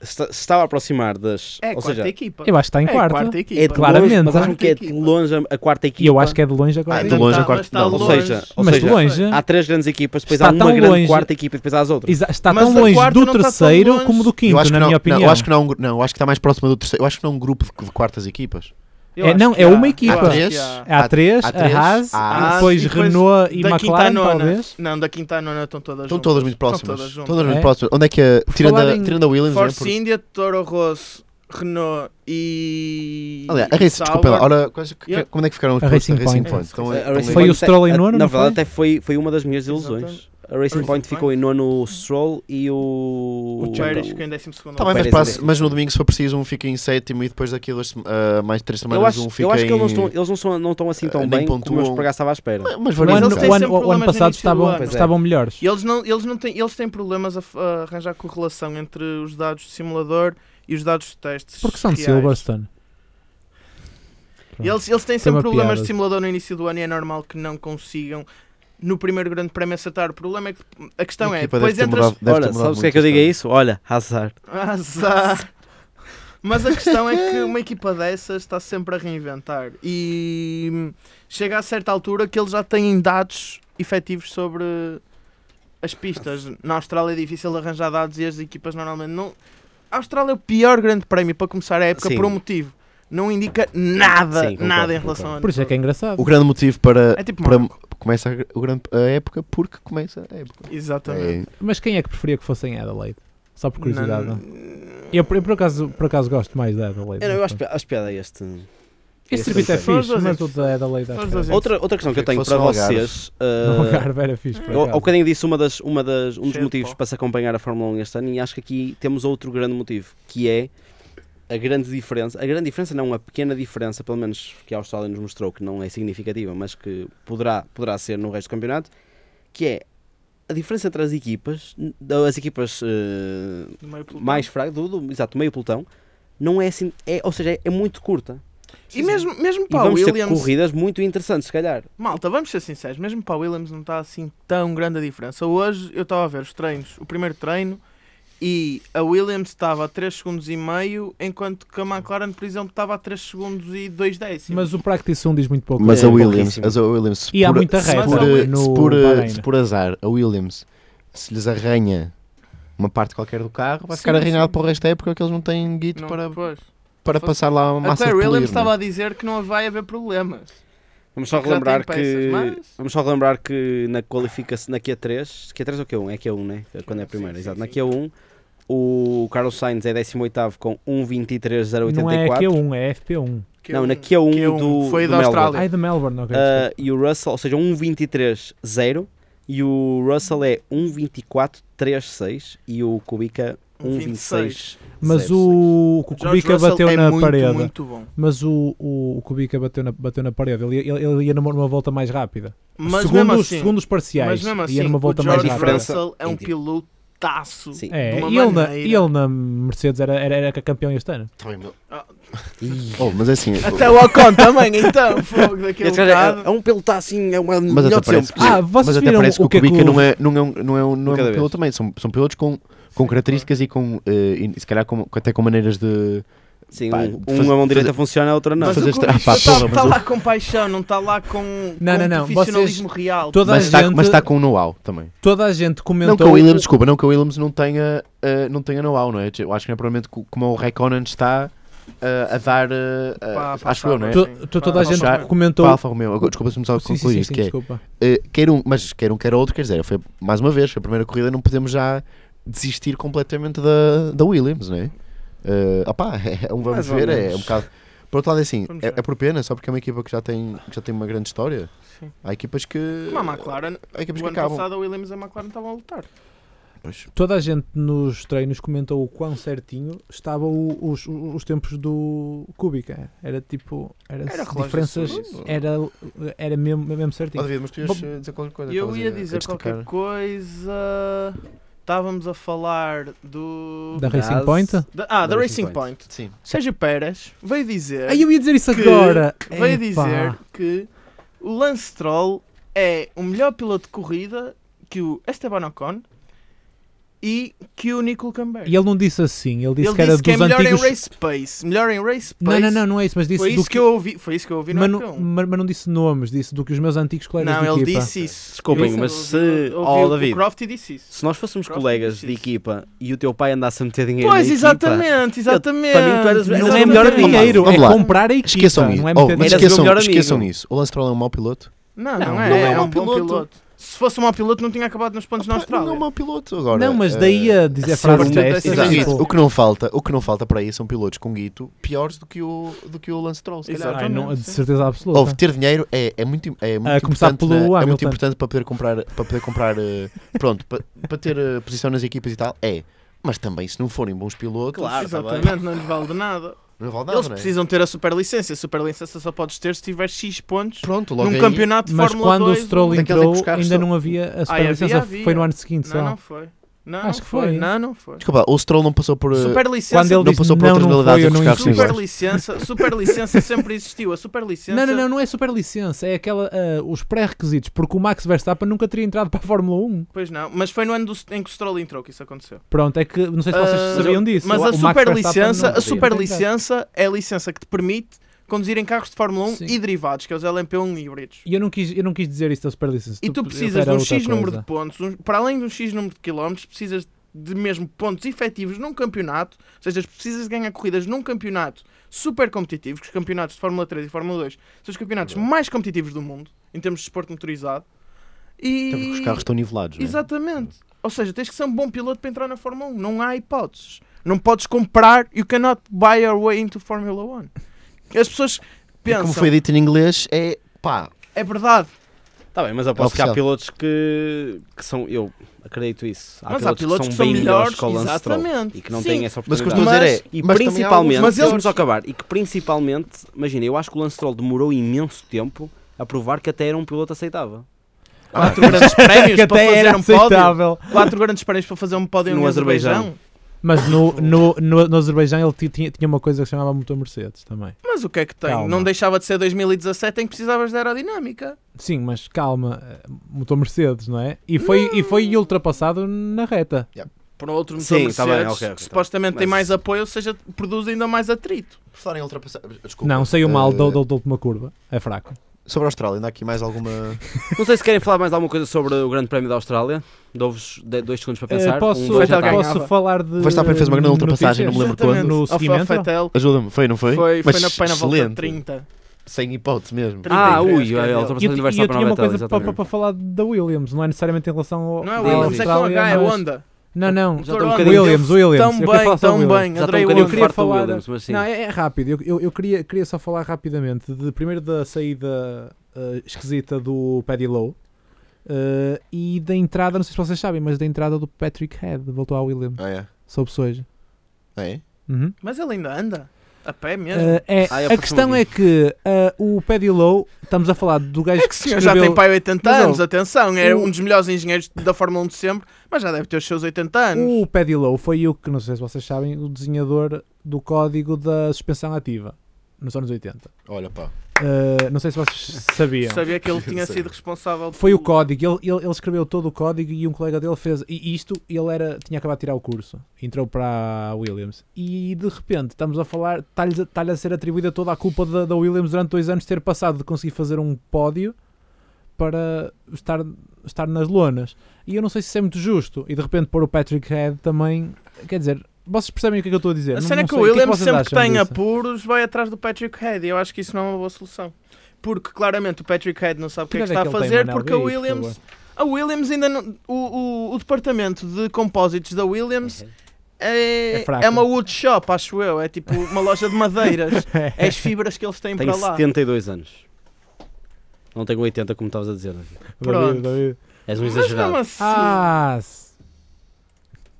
esta- se estava a aproximar das.
é
ou
a quarta
seja,
equipa.
Eu acho que está em
é a
quarta.
quarta equipa.
é de
Claramente,
longe, mas
a
acham que é
quarta
de
equipa.
longe a- a quarta equipa.
E eu acho que é de longe agora.
Ah,
sim.
de longe a quarta-
está
não,
Ou
tá- longe.
seja, ou
Mas de
seja,
longe.
há três grandes equipas, depois
Está
há uma
tão
grande
longe.
quarta equipa e depois há as outras.
Exa- Está
Mas
tão
a
longe
quarta
do
não está tão
terceiro
longe.
como do
Eu
quinto,
acho que
na
não,
minha
não,
opinião.
eu acho que não, há um gru- não, eu acho que está mais próxima do terceiro. Eu acho que não há um grupo de, de quartas equipas.
Eu
É,
acho
não,
que
é
há-
uma
eu
equipa.
acho que
Três,
há.
Há três,
Há
a
três,
Haas,
há-
e depois
e depois
Renault e
da quinta à
McLaren,
nona.
talvez.
Não, da quinta à nona estão todas
Estão
juntas.
todas muito
Estão
próximas.
todas
Estão
juntas.
todas muito
É?
próximas. Onde é que a. Tirando,
falar
a,
em-
tirando a Williams, né,
Force
porque-
India, Toro Rosso, Renault e.
Aliás, a Racing, desculpa lá, ora, quais- que-
Yeah.
como é que ficaram os
A
postos da
Racing
Racing
Point.
Point? Estão a-
A
estão a-
Racing
Foi o
Point
Stroll em
até-
nono,
Na
não foi?
verdade, até foi, foi uma das minhas ilusões. A Racing
Racing
Point
Point.
ficou em nono o Stroll e o.
O Pérez ficou em 12 segundo.
Tá bem, mas,
Pérez
para-
e Messi.
mas no domingo, se for preciso, um fica em sétimo e depois daqui a duas, sem- ah, mais três
Eu
semanas
acho,
um fica
eu acho que
em... Eh,
eles não estão, eles não são- não estão assim tão
nem
bem como eu
pontuam.
por acaso estava à espera.
Mas
O
varia um
ano,
eles
o
bocado.
têm
ano-
sempre
o ano
problemas no
passado
início do
estavam,
ano.
estavam melhores.
E eles, não, eles, não têm, eles têm problemas a, f- a arranjar correlação entre os dados do simulador e os dados de testes.
Porque são de
reais.
Silverstone. Pronto.
Eles, eles têm
Foi uma
sempre problemas
piada.
de simulador no início do ano e é normal que não consigam no primeiro grande prémio acertar. O problema é que a questão
A
é,
equipa
depois
deve ter
entras.
mudado- deve ter
Ora,
mudado
sabes o que é
muito
que eu digo a
este ano.
isso? Olha, azar.
*laughs* Azar. Mas a questão é que uma equipa dessas está sempre a reinventar e chega a certa altura que eles já têm dados efetivos sobre as pistas. Na Austrália é difícil arranjar dados e as equipas normalmente não. A Austrália é o pior grande prémio para começar a época
Sim.
por um motivo. Não indica nada,
Sim, concordo,
nada em
concordo.
relação a
Por isso é que é engraçado.
O grande motivo para...
É tipo
para
Mónaco.
começa a, o grande, a época porque começa a época.
Exatamente.
Mas quem é que preferia que fosse em Adelaide? Só
É
por curiosidade.
Não-
não? Eu, eu por, acaso, por acaso gosto mais da Adelaide.
Eu, eu
mas
acho,
pronto.
acho piada a este.
Este
tipo
circuito é
Esse foi-
fixe,
Só os
mas o
dois.
da Adelaide acho que
Só os
era-
dois.
Outra, outra questão que
Achei
eu
que
tenho
fosse
para
um algarve. Um
vocês.
*laughs*
No
ah,
Algarve era é fixe, por
Eu,
um
acaso.
ao bocadinho disse uma das, uma das, um dos
Cheio de
motivos
pó.
para se acompanhar a Fórmula 1 este ano, e acho que aqui temos outro grande motivo, que é a grande diferença, a grande diferença não, a pequena diferença, pelo menos que a Austrália nos mostrou que não é significativa, mas que poderá, poderá ser no resto do campeonato, que é a diferença entre as equipas, n- as equipas eh,
Do meio pelotão.
mais fracas, do, do- exato, meio pelotão, não é assim, é, ou seja, é, é muito curta.
E mesmo, mesmo
E
para o
vamos ter
Williams,
corridas muito interessantes, se calhar.
Malta, vamos ser sinceros, mesmo para a Williams não está assim tão grande a diferença. Hoje eu estava a ver os treinos, o primeiro treino, e a Williams estava a 3 segundos e meio, enquanto que a McLaren, por exemplo, estava a 3 segundos e 2 décimos.
Mas o Practice 1 diz muito pouco.
Mas
É,
a Williams,
pouquíssimo.
as a Williams se
E há
por-
muita
se
reta
por-
no
se por,
Bahrein.
se por azar, a Williams, se lhes arranha uma parte qualquer do carro, vai ficar
Sim,
arranhado
sim.
para o resto da época porque eles não têm guito
Não,
para,
pois.
para
Foi-
passar lá a
A
massa de
Claire
polir,
Williams
não é?
estava a dizer que não vai haver problemas.
Vamos só
É Já
relembrar
tem
que.
peças, mas-
Vamos só relembrar que na qualificação na Q3. Q3 ou Q1? É Q1, né? Quando é a primeira,
um, sim,
exato.
sim.
Na Q1, o Carlos Sainz é 18 com 1.23.084.
Não é Q1, é FP1.
Que
Não,
um-
na Q1
que um
do-
Foi
do
da
Melbourne.
Austrália.
Ai, de Melbourne, ok.
Ah,
desculpa.
e o Russell, ou seja, 1.23.0. E o Russell é 1.24.36. E o Kubica
Um
1.26.
26.
Mas o, o
George
Kubica
Russell
bateu
é
na
muito,
parede.
muito bom.
Mas o, o, o Kubica bateu na, bateu na parede. Ele, ia- ele, ele ia numa, numa volta mais rápida.
Mas
segundo,
mesmo
os,
assim,
segundo os parciais,
mas mesmo assim,
ia numa volta
o
mais
George
rápida.
diferença
Russell é um
Entendi.
piloto lutaço.
Sim.
É,
De uma
e ele, na,
maneira.
e ele na Mercedes era, era, era campeão este ano.
Tá bem, meu.
Ah.
Oh, mas é assim.
Até o Ocon também, *laughs* então. Fogo daquele
Esse cara é,
bocado.
é um pelo tá assim, é uma
Mas até
melhor de
parece
sempre.
que,
Ah, vocês
mas até
viram
parece que
o
o
que é que
Kubica
o-
não é, não é, um- não é, um- não é
Cada
um
vez.
piloto também, são, são pilotos com, com características e com, eh, e se calhar com, até com maneiras de...
Sim,
Pá,
um,
fazer-
uma mão direita
fazer-
funciona, a outra não.
Mas
fazer
o
esta-
Comics
Ah, pá,
está,
porra, mas
está
o-
lá com paixão, não está lá com,
Não,
com
não, não,
profissionalismo real.
Toda
Mas
a
está,
gente,
mas está com um know-how também.
toda a gente
Não que Então o
comentou.
Williams, desculpa, não que o Williams não tenha, eh, não tenha know-how, não é? Eu acho que não é provavelmente co- como o Raikkonen está eh, a dar, eh, eh,
Pá, pá,
acho
pá,
eu, não é?
pá.
to-
Sim,
to- toda a
para-
gente
para-
comentou.
Para a Alfa Romeo, agora, desculpa se me só
Sim, sim,
concluir
sim,
isto,
sim,
que é,
desculpa.
eh, quer um, mas quer um, quer outro, quer dizer, foi mais uma vez, foi a primeira corrida, não podemos já desistir completamente da, da Williams, não é? Eh, opá, *laughs* é um vamos
Mais ou
ver, é,
menos.
um bocado. Por outro lado, é assim,
Vamos
é,
ver.
é por pena, só porque é uma equipa que já tem, que já tem uma grande história.
Sim.
Há equipas que.
Como a McLaren,
Há equipas
o
que
ano
acabam.
passado a Williams e a McLaren estavam a lutar.
Pois.
Toda a gente nos treinos comentou o quão certinho estavam o- os, os tempos do Kubica. Era tipo. Era,
Era relógio
diferenças.
de segundo.
Era, era mesmo, mesmo certinho.
Ó, David, mas tu ias eh, dizer qualquer coisa.
Eu
estavas a-
ia
a
dizer
destacar.
qualquer coisa. Estávamos a falar do.
Da Racing
Das-
Point?
da- ah, da
da
Racing
Racing
Point.
Sim.
Sérgio Pérez veio dizer.
Ai, eu ia dizer isso
que
agora!
veio
Epá.
dizer que o Lance Troll é o melhor piloto de corrida que o Esteban Ocon e que o Nico Camber.
E ele não disse assim, ele disse
Ele
que era
disse que é
dos
melhor
antigos.
em race pace. Melhor em race
Não,
pace.
não, não, não é isso, mas disse
foi
do
isso que eu ouvi. Foi isso que eu ouvi no
mas,
F1.
não, mas- mas não disse nomes, disse do que os meus antigos colegas
Não,
de
ele
equipa.
disse isso.
Desculpem,
Eu
mas
ouvi-
se-
ouvi
Oh,
o
David.
Croft e disse isso.
Se nós fôssemos
Cross
colegas
disse
de
isso.
equipa e o teu pai andasse é a meter dinheiro
Pois,
na equipa,
exatamente, exatamente.
para mim, tu eras- um
Não é
Exatamente.
melhor dinheiro,
Vamos
é
lá.
comprar a equipa.
Esqueçam isso.
não é
Oh,
meter
mas
Eras o
dinheiro.
esqueçam,
melhor amigo.
esqueçam isso. O Lance Troll é um mau piloto?
Não, não,
Não,
é.
não é
é
mau
um bom piloto.
piloto.
Se fosse um mau piloto, não tinha acabado nos pontos
Pá,
na Austrália.
Não é um mau piloto agora.
Não, mas
eh,
daí a dizer
a
frases
sorte
destas,
dessas
Exato.
tipo,
O que não falta, o que não falta para aí são pilotos com guito piores do que o do que o Lance Troll, se calhar.
Exato.
ai, não, de
Sim.
certeza
Ou
absoluta.
tipo
ter dinheiro é, é muito, im- é muito
A começar
importante,
pelo
né? é muito
Hamilton.
importante para poder comprar, para poder comprar, eh, pronto, para, para ter eh, posição nas equipas e tal, é. Mas também se não forem bons pilotos,
Claro, tá bem.
Exatamente, não lhes vale de nada.
não vale nada,
Eles
não é?
precisam ter a super licença. A super licença só podes ter se tiver X pontos
Pronto, logo
num
aí-
campeonato de
Mas
Fórmula um-
quando
2.
o Stroll
daqueles em que
entrou,
os carros
ainda
estão-
não havia a
havia,
superlicença,
Ah, havia.
foi no ano seguinte
Não,
só.
não foi. Não,
Acho
não
que
foi.
foi. né?
Não, não foi.
Desculpa, o Stroll não passou por eh,
Super licença.
Quando ele
não
disse
passou por
não,
outras
não
modalidades
foi, eu
que
não
os carros são
insisto.
Super
iguais.
licença, super licença sempre existiu. A super licença.
Não, não, não, não é super licença, é aquela, ah, os pré-requisitos, porque o Max Verstappen nunca teria entrado para a Fórmula 1.
Pois não, mas foi no ano do- em que o Stroll entrou que isso aconteceu.
Pronto, é que não sei se vocês
Ah,
sabiam disso.
Mas
o
a
Max Verstappen
super licença,
não
a super
teria entrado.
licença é a licença que te permite conduzir em carros de Fórmula 1
Sim.
e derivados, que é os LMP1 híbridos.
E eu não quis, eu não quis dizer isso da super licença.
E tu
eu
precisas de
era
um
outra
X número
coisa.
de pontos, um- para além de um X número de quilómetros, precisas de mesmo pontos efetivos num campeonato, ou seja, precisas de ganhar corridas num campeonato super competitivo, que os campeonatos de Fórmula 3 e Fórmula 2 são os campeonatos mais competitivos do mundo, em termos de desporto motorizado. E...
Até porque os carros estão nivelados, não é?
Exatamente. Ou seja, tens que ser um bom piloto para entrar na Fórmula 1. Não há hipóteses. Não podes comprar. You cannot buy your way into Formula 1. As pessoas
E como
pensam.
foi dito em inglês, é pá,
É verdade.
Tá bem, mas aposto que há
Oficial.
pilotos que, que são. Eu acredito isso. Há
mas há pilotos que são
bem
melhores.
que o Lance Stroll
Exatamente.
e que não
Sim.
têm essa
Mas o que eu
oportunidade.
estou a
Mas-
dizer é.
E
mas também há
principalmente,
alguns-
mas
mas
eles-
eles vamos acabar, e que principalmente, imagina, eu acho que o Lance Stroll demorou imenso tempo a provar que até era um piloto aceitável.
*laughs*
Quatro grandes prémios
que
para
até
fazer
era
um pódio.
aceitável.
Quatro grandes prémios para fazer um pódio
No
no,
Azerbaijão.
Azerbaijão.
Mas
*laughs*
no, no, no, no Azerbaijão ele ti- tinha, tinha uma coisa que chamava motor Mercedes também.
Mas o que é que tem?
Calma.
Não deixava de ser 2017 em que precisavas de aerodinâmica.
Sim, mas calma, eh, motor Mercedes, não é? E foi, e foi ultrapassado na reta.
Por um outro motor
Sim,
Mercedes,
tá bem, ok, ok,
que
tá
supostamente tem
Mas-
mais apoio, ou seja, produz ainda mais atrito.
Por falar em ultrapassar. Desculpa.
Não, saiu mal
Eh,
da da- da última curva. É fraco.
Sobre a Austrália, ainda há aqui mais alguma.
Não sei se querem falar mais alguma coisa sobre o Grande Prémio da Austrália. Dou-vos de- dois segundos para pensar.
Eh, posso
um vai já
Vettel
tá.
ganhar.
posso falar de.
Verstappen fez uma grande ultrapassagem, não me lembro
notícias?
quando.
No
Exatamente. Ao
seguimento?
Fettel.
Ajuda-me, foi, não foi?
Foi,
Mas
foi na, foi na volta
excelente.
30.
Sem hipótese mesmo.
Ah, ui,
33, cara,
a
dele.
E eu,
ultrapassagem
e
do
eu tinha
Verstappen
uma
ao Vettel,
coisa para,
exatamente.
falar da Williams, não é necessariamente em relação ao.
Não é
à
o Williams, é com
Austrália,
H, é
mas-
Honda.
Não, não.
Já estou um
Honda.
bocadinho-
Williams, Williams.
Tão
Eu queria
bem,
falar só
tão
do Williams.
Já
bem.
estou um
Adorei o
bocadinho
Eu
Honda.
queria
farto do
falar.
Williams, mas sim.
Não, é, é rápido. Eu, eu, eu queria, queria só falar rapidamente. De, primeiro da saída eh, esquisita do Paddy Lowe eh, e da entrada, não sei se vocês sabem, mas da entrada do Patrick Head. Voltou ao Williams.
Ah, é?
Soube-se hoje.
Ah, é?
Uhum.
Mas ele ainda anda. A pé mesmo?
Ah, é,
Ah, eu
a
percebi.
questão é que ah, o Paddy Lowe, estamos a falar do gajo
É que
que
o senhor já tem
escreveu-
pai 80
Mas,
anos,
ó,
atenção, é
o-
um dos melhores engenheiros da Fórmula 1 de sempre, mas já deve ter os seus 80 anos.
O Paddy Lowe foi o que, não sei se vocês sabem, o desenhador do código da suspensão ativa nos anos 80.
Olha pá.
Ah, não sei se vocês sabiam. *laughs*
Sabia que ele tinha
Sim.
sido responsável
Foi o
pelo-
código, ele, ele, ele escreveu todo o código e um colega dele fez. E isto, ele era, tinha acabado de tirar o curso, entrou para a Williams. E de repente, estamos a falar, está-lhe a- está-lhe a ser atribuída toda a culpa da, da Williams durante dois anos ter passado de conseguir fazer um pódio para estar, estar nas lonas. E eu não sei se isso é muito justo. E de repente, pôr o Patrick Head também. Quer dizer, vocês percebem o que é que eu estou a dizer?
A
Não-
cena é
não
que o
sei, que é que
Williams
vocês
sempre que
acham
tem
disso?
apuros vai atrás do Patrick Head e eu acho que isso não é uma boa solução. Porque claramente o Patrick Head não sabe o que é que
idade
está a
ele tem,
fazer
Manel?
porque a
Diz, por
Williams,
favor.
a Williams ainda não, o, o, o departamento de compósitos da Williams
É
é,
fraco.
é uma woodshop, acho eu, é tipo uma loja
*laughs*
de madeiras, é as fibras que eles têm
Tenho
para lá.
72 anos. Não tenho 80, como estavas a dizer. David.
David,
Pronto.
David.
És um
Mas mesmo
exagerado.
assim,
Ah,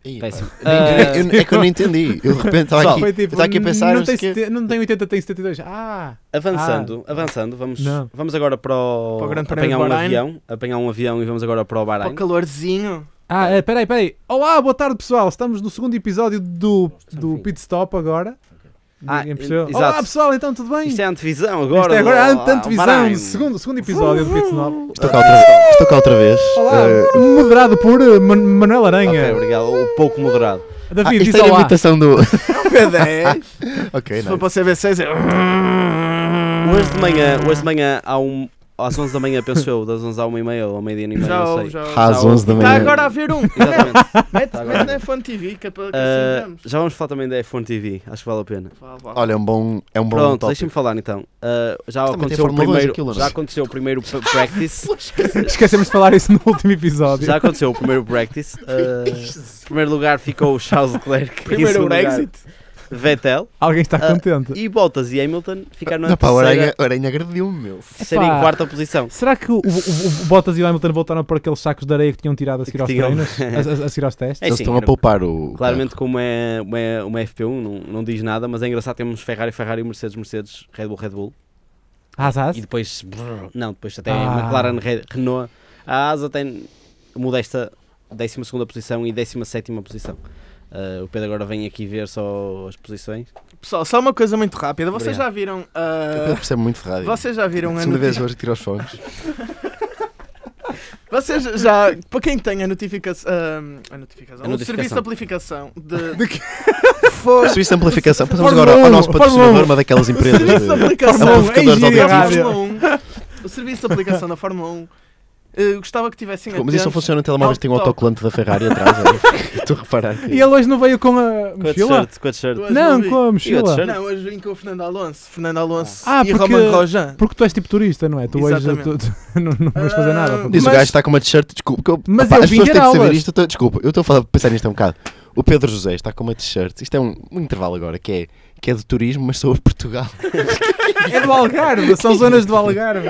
Ih, pá.
Péssimo.
Eu- eu-
Ah,
é que eu não entendi. Eu de repente estava
Pessoal,
Tá aqui,
Foi tipo,
eu tava aqui a pensar. é
não
não sei
tem,
o quê.
70 não tem 80, tem 72. Ah!
avançando, avançando, vamos,
Não.
vamos agora para o,
Para o Grande Prémio
apanhar
do
um
Bahrein.
avião, apanhar um avião e vamos agora para o
para
Bahrein.
o
*laughs*
calorzinho.
Ah, eh, peraí, peraí. Olá, boa tarde pessoal. Estamos no segundo episódio do, do
fim.
Pit Stop agora.
Ah,
Ninguém
e-
percebeu.
exato.
Olá pessoal, então tudo bem?
Isto é a antevisão agora.
Isto é agora
do-
a
ao
antevisão
Bahrein.
do segundo, segundo episódio do Pit Stop.
Estou cá outra vez. Estou cá outra vez.
Olá,
Eh,
moderado por eh, Man Manuel
Ok,
Aranha.
obrigado. é O pouco moderado.
ah,
David,
isto
diz
era a
olá.
imitação do.
V10,
ok,
se for
não.
para o CV6 é...
Hoje de manhã, hoje de manhã há um, às 11 da manhã, penso eu, das 11 à 1 e meia ou à meia-dia e meia,
Já,
não
o-
sei.
já. o-
Às
Já o-
11 da
Está
manhã.
agora a ver um.
Exatamente.
Mete,
Tá
mete
agora.
na Fun TV que é para que
Ah,
assim vemos.
já vamos falar também da F1 TV, acho que vale a pena.
Vá, vá.
Olha, é um bom. É um bom
Pronto,
tópico.
deixem-me falar então. Ah, já,
Isto também tem
aconteceu o
Fórmula dois
primeiro,
aquilo, não é?
já aconteceu
*laughs*
o primeiro p- practice.
*laughs* Esquecemos de falar isso no último episódio.
já aconteceu o primeiro practice. Ah, em primeiro lugar ficou o Charles Leclerc. em
Primeiro um
segundo
o
lugar,
Brexit.
Vettel.
Alguém está
Ah,
contente.
E Bottas e Hamilton ficaram na
Não, pá, é o Aranha
terceira,
Aranha agrediu-me, meu.
terceira
Epá.
e quarta posição.
Será que o, o- o- o Bottas e o Hamilton voltaram para aqueles sacos de areia que tinham tirado a seguir
Que
aos
tinham.
treinos? A, a- a seguir aos
*laughs*
testes?
É
Eles
sim,
estão a
era-
poupar o.
Claramente, como é uma, uma FP1, não, não diz nada, mas é engraçado. Temos Ferrari, Ferrari, Mercedes, Mercedes, Red Bull, Red Bull.
Ah, zás?
E depois, brrr, não, depois até
Ah.
McLaren, Re- Renault. A Asa tem modesta 12 posição e 17 posição. Ah, o Pedro agora vem aqui ver só as posições.
Pessoal, só uma coisa muito rápida. Vocês
Obrigado.
já viram.
O
ah,
Pedro percebe muito de rádio.
vocês já viram a
Segunda vez
notificação.
hoje tiro os fones.
Vocês já. Para quem tem a notificação. a notificação.
A
o
notificação.
serviço de amplificação de.
De que-
Foi-
Serviço de amplificação. Passamos
Fórmula
agora ao
um,
nosso
Fórmula
patrocinador,
um.
uma daquelas
o
empresas.
serviço de
de-
aplicação.
amplificadores
Ei, gira,
audiovisuais.
da
rádio.
Fórmula 1. O serviço de aplicação da Fórmula 1. eh, gostava que tivessem
Mas isso não
atentos.
funciona em telemóveis, tem um
Autotoque.
autocolante da Ferrari atrás. olha.
*laughs*
Estou a reparar. aqui.
E ele hoje não veio com a
Com a
mochila?
t-shirt, com a t-shirt.
Duas
Não,
vi.
com a
E a
mochila.
t-shirt?
Não, hoje vim com o Fernando Alonso. Fernando Alonso
Ah,
e
porque-
Roman Rojan.
Porque tu és tipo turista, não é? Tu hoje
Exatamente.
tu- tu- *laughs* não, não vais fazer nada.
Ah,
Diz o
Mas-
gajo está com uma t-shirt, desculpa. que eu-
Mas
opá,
eu
as
vim
pessoas
ter
têm que saber
aulas.
isto. eu tô- desculpa, eu estou a falar- a pensar nisto um bocado. O Pedro José está com uma t-shirt. Isto é um, um intervalo agora que é, que é de turismo, mas
*laughs*
sobre Portugal.
É do Algarve,
*laughs*
são zonas do Algarve.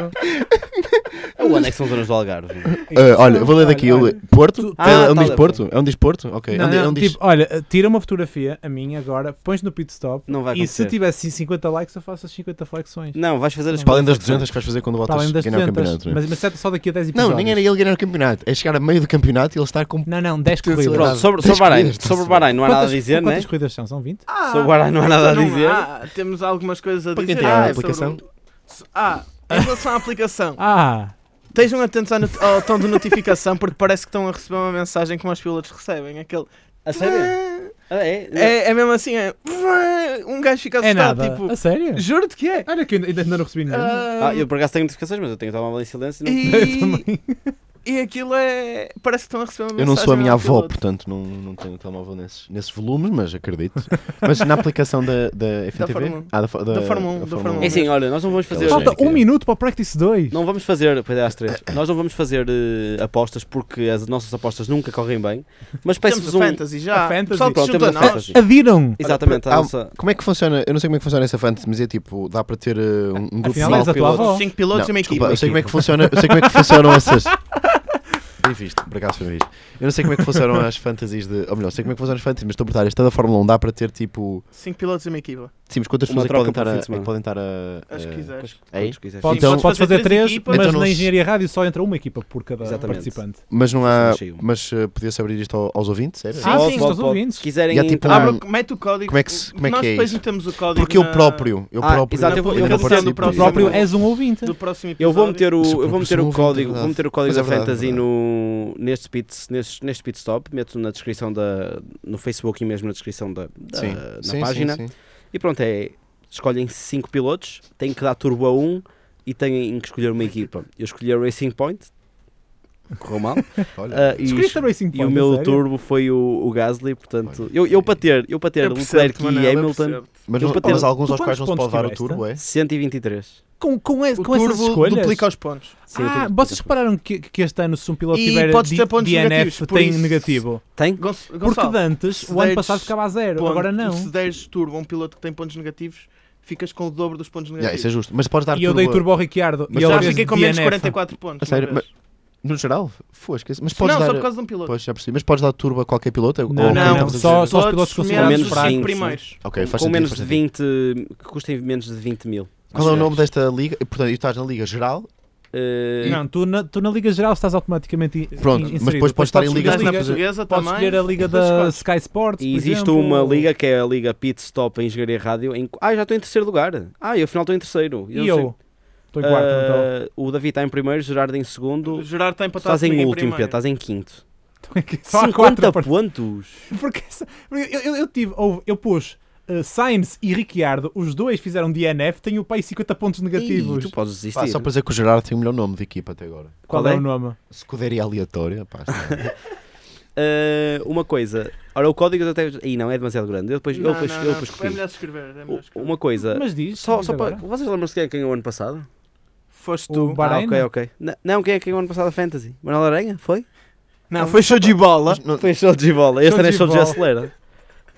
Onde é que são zonas do Algarve?
Ah, olha, eu vou ler
Olha,
daqui.
olha.
eu- Porto?
Ah,
é, um
tá,
desporto? É um desporto? Ok. é
Não,
um, di- é
não,
um dis-
tipo, olha, tira uma fotografia, a minha agora, pões no pit stop
Não vai
e se
acontecer.
tivesse 50 likes eu faço as 50 flexões.
Não, vais fazer as
Para além das
coisas-
200 que vais fazer quando
Para
voltas
além
a
tá das
ganhar o campeonato.
200,
não é?
mas, mas é só daqui a 10
Não,
episódios.
nem era ele ganhar o campeonato. É chegar a meio do campeonato e ele estar com. um
Não, não, 10
Tens
corridas.
corridas.
Pronto, sobre,
Tens
sobre Bahrein,
corridas,
sobre
tá-se
Bahrein não há nada a
Quantas-
dizer, né?
Quantas corridas são? São 20?
Ah,
Sobre o Ará não há nada a
não
dizer.
há. Temos algumas coisas a
Para quem
dizer.
tem a
é
Ah,
aplicação.
sobre o- Ah, em relação à aplicação.
Ah,
Estejam atentos à not- ao tom de notificação porque parece que estão a receber uma mensagem como os pilotos recebem. Aquele.
A sério? Ah, é?
É, é mesmo assim, é. Um gajo fica
é
assustado,
nada.
tipo.
A sério?
Juro-te que é.
Olha que eu ainda- ainda não recebi nenhum.
Ah,
Ah, eu por acaso tenho notificações, mas eu tenho que tomar em silêncio.
*laughs*
Não...
Eu
e,
também.
e aquilo é. Parece que estão a receber uma mensagem.
Eu não sou a minha
ao
avó,
piloto.
portanto não, não tenho telemóvel nesses, nesses volumes, mas acredito. Mas na aplicação da, da FNTV?
Fórmula um.
ah, da, fo-
Da Fórmula um, da Fórmula um.
É assim, olha, nós não vamos fazer.
Falta
Génica.
um minuto para o Practice 2.
Não vamos fazer. Pois é, às três. Nós não vamos fazer eh, apostas porque as nossas apostas nunca correm bem. Mas
Temos
peço-vos
o
um.
Fantasy já.
A Fantasy.
Pessoal,
Pronto,
chuta
temos a
nós.
Fantasy.
Adiram!
Exatamente, a
Há-
nossa.
Como é que funciona? Eu não sei como é que funciona essa fantasy, mas é tipo, dá para ter uh, um, um grupo
Afinal,
de
és a tua
pilotos.
avó.
Cinco pilotos e uma
desculpa,
equipa.
eu sei como é que funciona, eu sei como é que funcionam essas. Bem visto, por acaso foi visto. Eu não sei como é que funcionam as fantasies de. Ou melhor, sei como é que funcionam as fantasies, mas estou a perguntar, esta da Fórmula 1 dá para um ter tipo
Cinco pilotos e uma equipa.
Sim, mas quantas
Uma
pessoas é que podem
troca para
estar
o fim
a- é
de
que
semana.
podem estar a.
Acho que
a-
quiseres.
Aí?
Quantos quiseres.
Pode,
Sim,
pode
podes
fazer
fazer
três,
três equipas.
mas
Então não
na
se-
engenharia rádio só entra uma equipa por cada
Exatamente.
participante.
Mas não há.
Sim, mas
Mas eh, podia-se abrir isto ao- aos ouvintes? é? Sério?
Sim,
Ah,
sim,
sim,
estás
pode-
ouvintes.
Se quiserem.
E há tipo
Ah,
um-
Abre, o- mete o código.
como é que se- como é
Nós
que é
depois
isso?
metemos o código.
Porque eu
na-
próprio, eu
Ah,
próprio,
exato, eu vou-
ainda
eu
não
vou-
participo.
próprio-
Tu próprio
Sim.
és um ouvinte.
Do próximo episódio.
Eu vou meter
Isso
o, eu vou
porque
meter
são
o
ouvintes,
código,
é
vou meter o
verdade.
código
Mas é
da
verdade,
Fantasy
é verdade.
no, neste, pit, neste, neste pit stop, meto na descrição da no Facebook e mesmo na descrição da, da-
Sim.
ah,
Sim,
na
sim,
página.
sim.
E pronto, é escolhem cinco pilotos, têm que dar turbo a um e têm que escolher uma equipa. Eu escolhi a Racing Point. Correu mal.
Olha,
ah, e
Escolheste a Racing
e
Point,
o
um a
meu
sério?
turbo foi o, o Gasly, portanto, eu, eu para ter, eu para ter
Eu percebo-te,
Leclerc
Manel,
e
eu
Hamilton,
percebo.
mas,
eu
não-
para ter-
mas há alguns
tu
aos quais não se
quantos
pode dar o
pontos
turbo, é?
123.
Com, com, es-
O
com essas
turbo
escolhas.
duplica os pontos.
Sim, eu
Ah,
tenho-
vocês repararam que, que este ano se um piloto
E
tiver
podes ter
D-
pontos negativos,
DNF
por
tem
isso.
negativo?
Tem?
Gonç-
Porque
Gonçalo,
de antes,
se
o ano
deres
passado ficava a zero,
ponto,
agora não.
Se deres turbo a um piloto que tem pontos negativos, ficas com o dobro dos pontos
Yeah,
negativos.
isso é justo. Mas podes dar
E eu
turbo.
dei turbo ao Ricciardo.
Mas
e ele
Já
fez
fiquei com menos
DNF.
44
A
pontos.
sério,
uma vez.
No geral, fosca Mas podes
Não,
dar.
só por causa de um piloto.
Pois, já percebi. Mas podes dar turbo a qualquer piloto? Ou-
Não,
ou-
não,
ou-
só- só- os pilotos
Todos
considerados
menos os
fracos.
cinco primeiros.
Ok, faz
com
sentido,
menos
faz
de
sentido.
20, que custem menos de 20 mil.
Qual é o nome desta liga? Portanto, e estás na liga geral,
Eh,
Não, tu na, tu na Liga Geral estás automaticamente in-
Pronto,
in-
mas
inserido.
depois podes estar em
escolher
ligas
a
Ligas na
Liga-
portuguesa
Podes
também.
escolher a liga
depois
da
escolhes.
Sky Sports.
E
por
existe
exemplo.
uma liga que é a Liga Pit Stop em Engenharia Rádio em que. Ah, já estou em terceiro lugar. Ah, eu afinal estou em terceiro.
E
não sei.
eu? Estou em quarto, então.
Ah, O David está em primeiro, Gerardo em segundo.
Gerard está empatado
Estás em
comigo
último, Pedro,
primeiro.
estás em quinto.
Estou aqui só a
50
quatro
pontos!
Porque, essa- porque eu, eu, eu tive, houve- eu pus eh, Sainz e Ricciardo, os dois fizeram DNF, tenho o pai 50 pontos
E
negativos.
tu podes desistir.
Pá, só para dizer que o Gerardo tem o melhor nome de equipa até agora.
Qual,
qual
é
é?
o nome?
Escuderia aleatória, pá. é- está.
Ah, uma coisa, ora o código eu até. Ih, não, é demasiado grande. Eu depois, eu
Não,
depois,
não,
eu
não,
depois
É
copiei.
melhor escrever. É melhor escrever.
Uma coisa,
Mas diz.
Eh, só,
diz
só para.
agora.
Vocês lembram-se quem é que ganhou o ano passado?
Foste
O
tu.
Ba- Bahrein?
Ah, ok, ok. N- Não, quem é que ganhou o ano passado a Fantasy? Manuel Aranha? Foi?
Não, foi show de bola.
Mas não-
Foi show de bola. Este
Show
ano é
de
show de
bola.
acelera.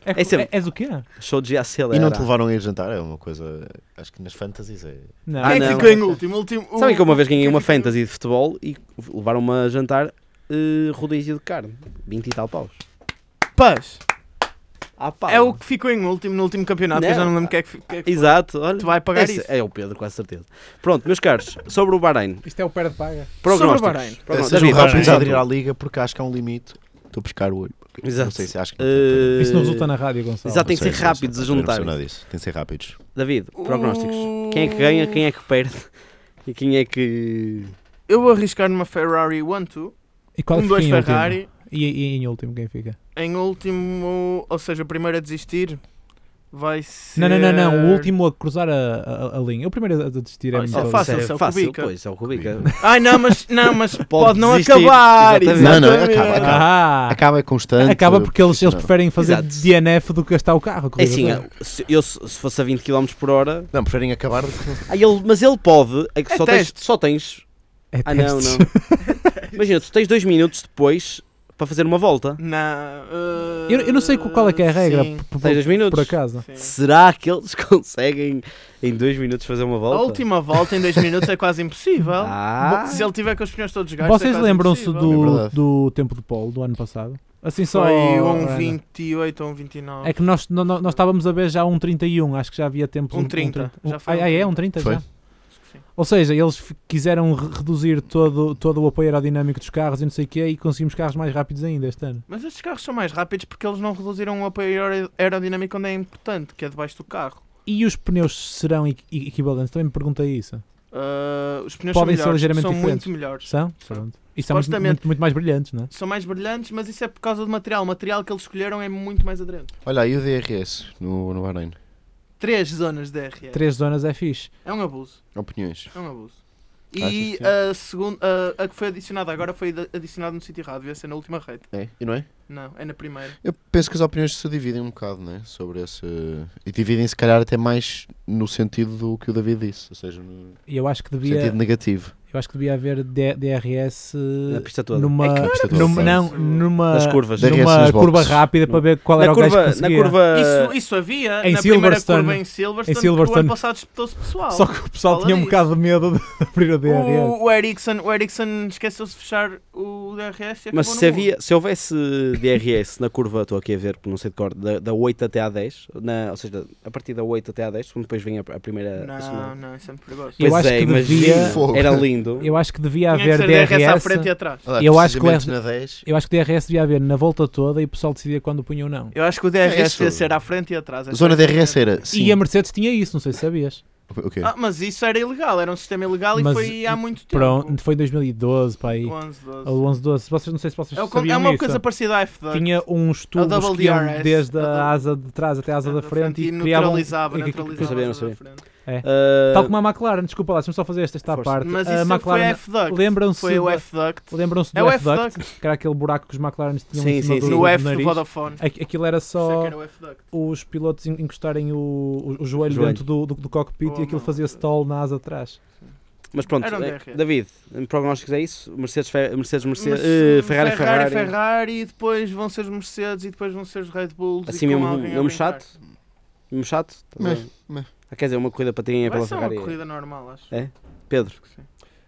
É,
É sempre-
é- és o quê?
Show de acelera.
E não te levaram a ir jantar? É uma coisa. Acho que nas fantasies é.
Não.
Ah,
Quem é que
não.
ficou em último? último o- é
Sabem que eu uma vez ganhei
quem
uma
ficou-
fantasy de futebol e levaram-me a jantar eh, rodízio de carne. 20 e tal paus.
Paz.
Ah, pá.
É o que ficou em último no último campeonato. que Eu
Não.
já não lembro o que é que que é que
Exato, olha.
Tu vai pagar
Esse-
isso.
É o Pedro, com a certeza. Pronto, meus caros, sobre o Bahrein.
Isto é o pé de paga.
Prognósticos.
Sobre o Bahrein.
Prognó-
É, Seja o
David,
rápido
Bahrein.
a aderir à liga porque acho que há um limite. Estou a pescar o olho.
Exato.
Não sei se acho que.
Eh,
Isso não resulta na rádio, Gonçalo.
Exato, tem que
Não sei,
ser
não sei,
rápidos a
não sei, não
juntar.
percebo nada disso. Tem que ser rápidos.
David, prognósticos.
O-
Quem é que ganha, quem é que perde *laughs* e quem é que.
Eu vou arriscar numa Ferrari 1-2.
E qual é que
um
fica
2
em
Ferrari.
último? E, e em último quem fica?
Em último, ou seja, o primeiro a desistir vai ser.
Não, não, não, não. O
eh,
último a cruzar a, a- a linha. O primeiro a desistir é
Oh, isso é
muito
fácil.
Isso
isso é o
fácil,
Kubica.
pois, é o Kubica.
Ai não, mas,
*laughs*
não, mas pode, não
desistir,
acabar!
exatamente.
Não, não,
exatamente.
acaba, acaba.
Ah,
Acaba é constante.
acaba porque eles, eles
Não.
preferem fazer
Exato.
DNF do que gastar o carro. a
É
corrida
assim,
toda.
se- eu se se fosse a 20 km por hora.
Não, preferem acabar do que.
Ah, ele, mas ele pode. É que
É
só, tens,
teste.
só tens.
É
Ah, não,
testes.
não. *laughs*
*laughs*
Imagina, tu tens dois minutos depois para fazer uma volta.
Não. eh,
Eu, eu não sei qual é que é a regra,
sim,
por, por-
Tens dois minutos.
por acaso.
sim.
Será que eles *laughs* conseguem em dois minutos fazer uma
A
volta?
última volta em
*laughs*
2 minutos é quase impossível.
Ah,
Se ele tiver com os pneus todos gastos. é
Vocês
quase
lembram-se
impossível.
É
do,
verdade.
do tempo de polo do ano passado? Assim só.
Foi um
Ana.
28 ou um 29.
É que nós, nó- nó- nós estávamos a ver já um 31, acho que já havia tempo.
Um 30, já foi
ah,
um
ah, é,
30.
um 30
Foi.
já.
Acho que sim.
Ou seja, eles f- quiseram re- reduzir todo, todo o apoio aerodinâmico dos carros e não sei o quê e conseguimos carros mais rápidos ainda este ano.
Mas estes carros são mais rápidos porque eles não reduziram o apoio aer- aerodinâmico onde é importante, que é debaixo do carro.
E os pneus serão equi- equivalentes? Também me perguntei isso.
Eh, os pneus
Podem ser
são melhores,
ligeiramente
são
diferentes.
muito melhores.
São?
São.
Pronto. E são muito,
Supostamente.
muito, muito mais brilhantes, não é?
São mais brilhantes, mas isso é por causa do material. O material que eles escolheram é muito mais aderente.
Olha aí o DRS no, no Bahrein.
Três zonas de DRS.
Três zonas é fixe.
É um abuso.
Opiniões.
É um abuso.
Achas
E
que sim?
a, segunda, a, a que foi adicionada agora foi da- adicionada no sítio errado. Devia ser na última reta.
É? E não é?
Não, é na primeira.
Eu penso que as opiniões se dividem um bocado, né? Sobre esse. E dividem se calhar até mais no sentido do que o David disse, ou seja, no
E eu acho que devia,
sentido negativo.
eu acho que devia haver D- DRS
na pista toda.
numa,
que isto é tudo
numa- não,
certo.
numa,
Nas curvas.
DRS
numa
nas boxes.
curva rápida para ver qual era
na,
o gajo que
curva, na
conseguia.
curva.
Isso, isso havia
Ah, Em
na primeira
Silverstone.
curva em
Em
Silverstone. Que o
Silverstone.
ano passado disputou-se pessoal.
Só que o pessoal
Fala
tinha um
disso.
bocado de medo de *laughs* abrir o DRS.
o, o Ericsson, o Ericsson esqueceu-se de fechar o DRS e acabou
Mas
no
se,
muro.
havia, se houvesse de, de RS na curva, estou aqui a ver, porque não sei de cor, da, da 8 até à 10, na, ou seja, a partir da 8 até à 10, segundo depois vem a, a primeira. a
Não,
segunda.
não, isso é muito perigoso.
Eu
Pois
acho
é,
que
mas
devia-
Fogo.
era lindo.
Eu acho que devia
Tinha que
haver
ser DRS à
DRS.
frente e atrás.
Olha,
Eu acho que o
precisamente
R-
na 10.
Eu acho que DRS devia haver na volta toda e o pessoal decidia quando punha ou não.
Eu acho que o
É
DRS
isso.
ia ser à frente e atrás. é
Zona de RS era.
E
Sim.
a Mercedes tinha isso, não sei se sabias.
O quê?
Ah, mas isso era ilegal, era um sistema ilegal
Mas,
e foi há muito tempo.
Pronto, foi em 2012, para aí.
11, 12.
Ou 11, 12. Vocês, não sei se vocês
É, o con-
sabiam
é uma
isso.
coisa parecida à F2.
Tinha uns tubos
double
que iam
DRS,
desde
a double-
a asa de trás até a
É,
asa da frente e criavam...
neutralizava,
e- é e-
neutralizava.
sabia, não
a
sabia.
frente.
Ah,
Tal como a McLaren, desculpa lá, deixa-me só fazer esta, esta
Força.
parte.
Mas
a
isso foi a
Ah, McLaren,
F-Duct.
lembram-se
Foi o
da-
F-Duct.
lembram-se do
É o
F-Duct,
F-Duct.
que era aquele buraco que os McLaren tinham
Sim,
em cima
sim,
do,
sim.
do
No F do
nariz.
Vodafone.
Aqu- Aquilo era
Isso é
só
que era o F-Duct.
os pilotos en- encostarem o, o- o joelho,
Joelho.
dentro do, do, do cockpit
Oh,
e aquilo
não.
fazia stall na asa atrás.
mas pronto,
Era um
eh,
DRS.
David, em prognósticos é isso? Mercedes, Fer- Mercedes, Mercedes,
Mas,
eh,
hum,
Ferrari, Ferrari,
Ferrari, e depois vão ser os Mercedes e depois vão ser os Red Bulls.
Assim
e com
mesmo-
alguém a
mesmo
brincar.
chato? mesmo chato? Estás a
Mas-
ver?
mas-
Ah, quer dizer, uma corrida para ti é
Vai
pela
ser uma
Ferrari.
corrida normal, acho.
Pedro,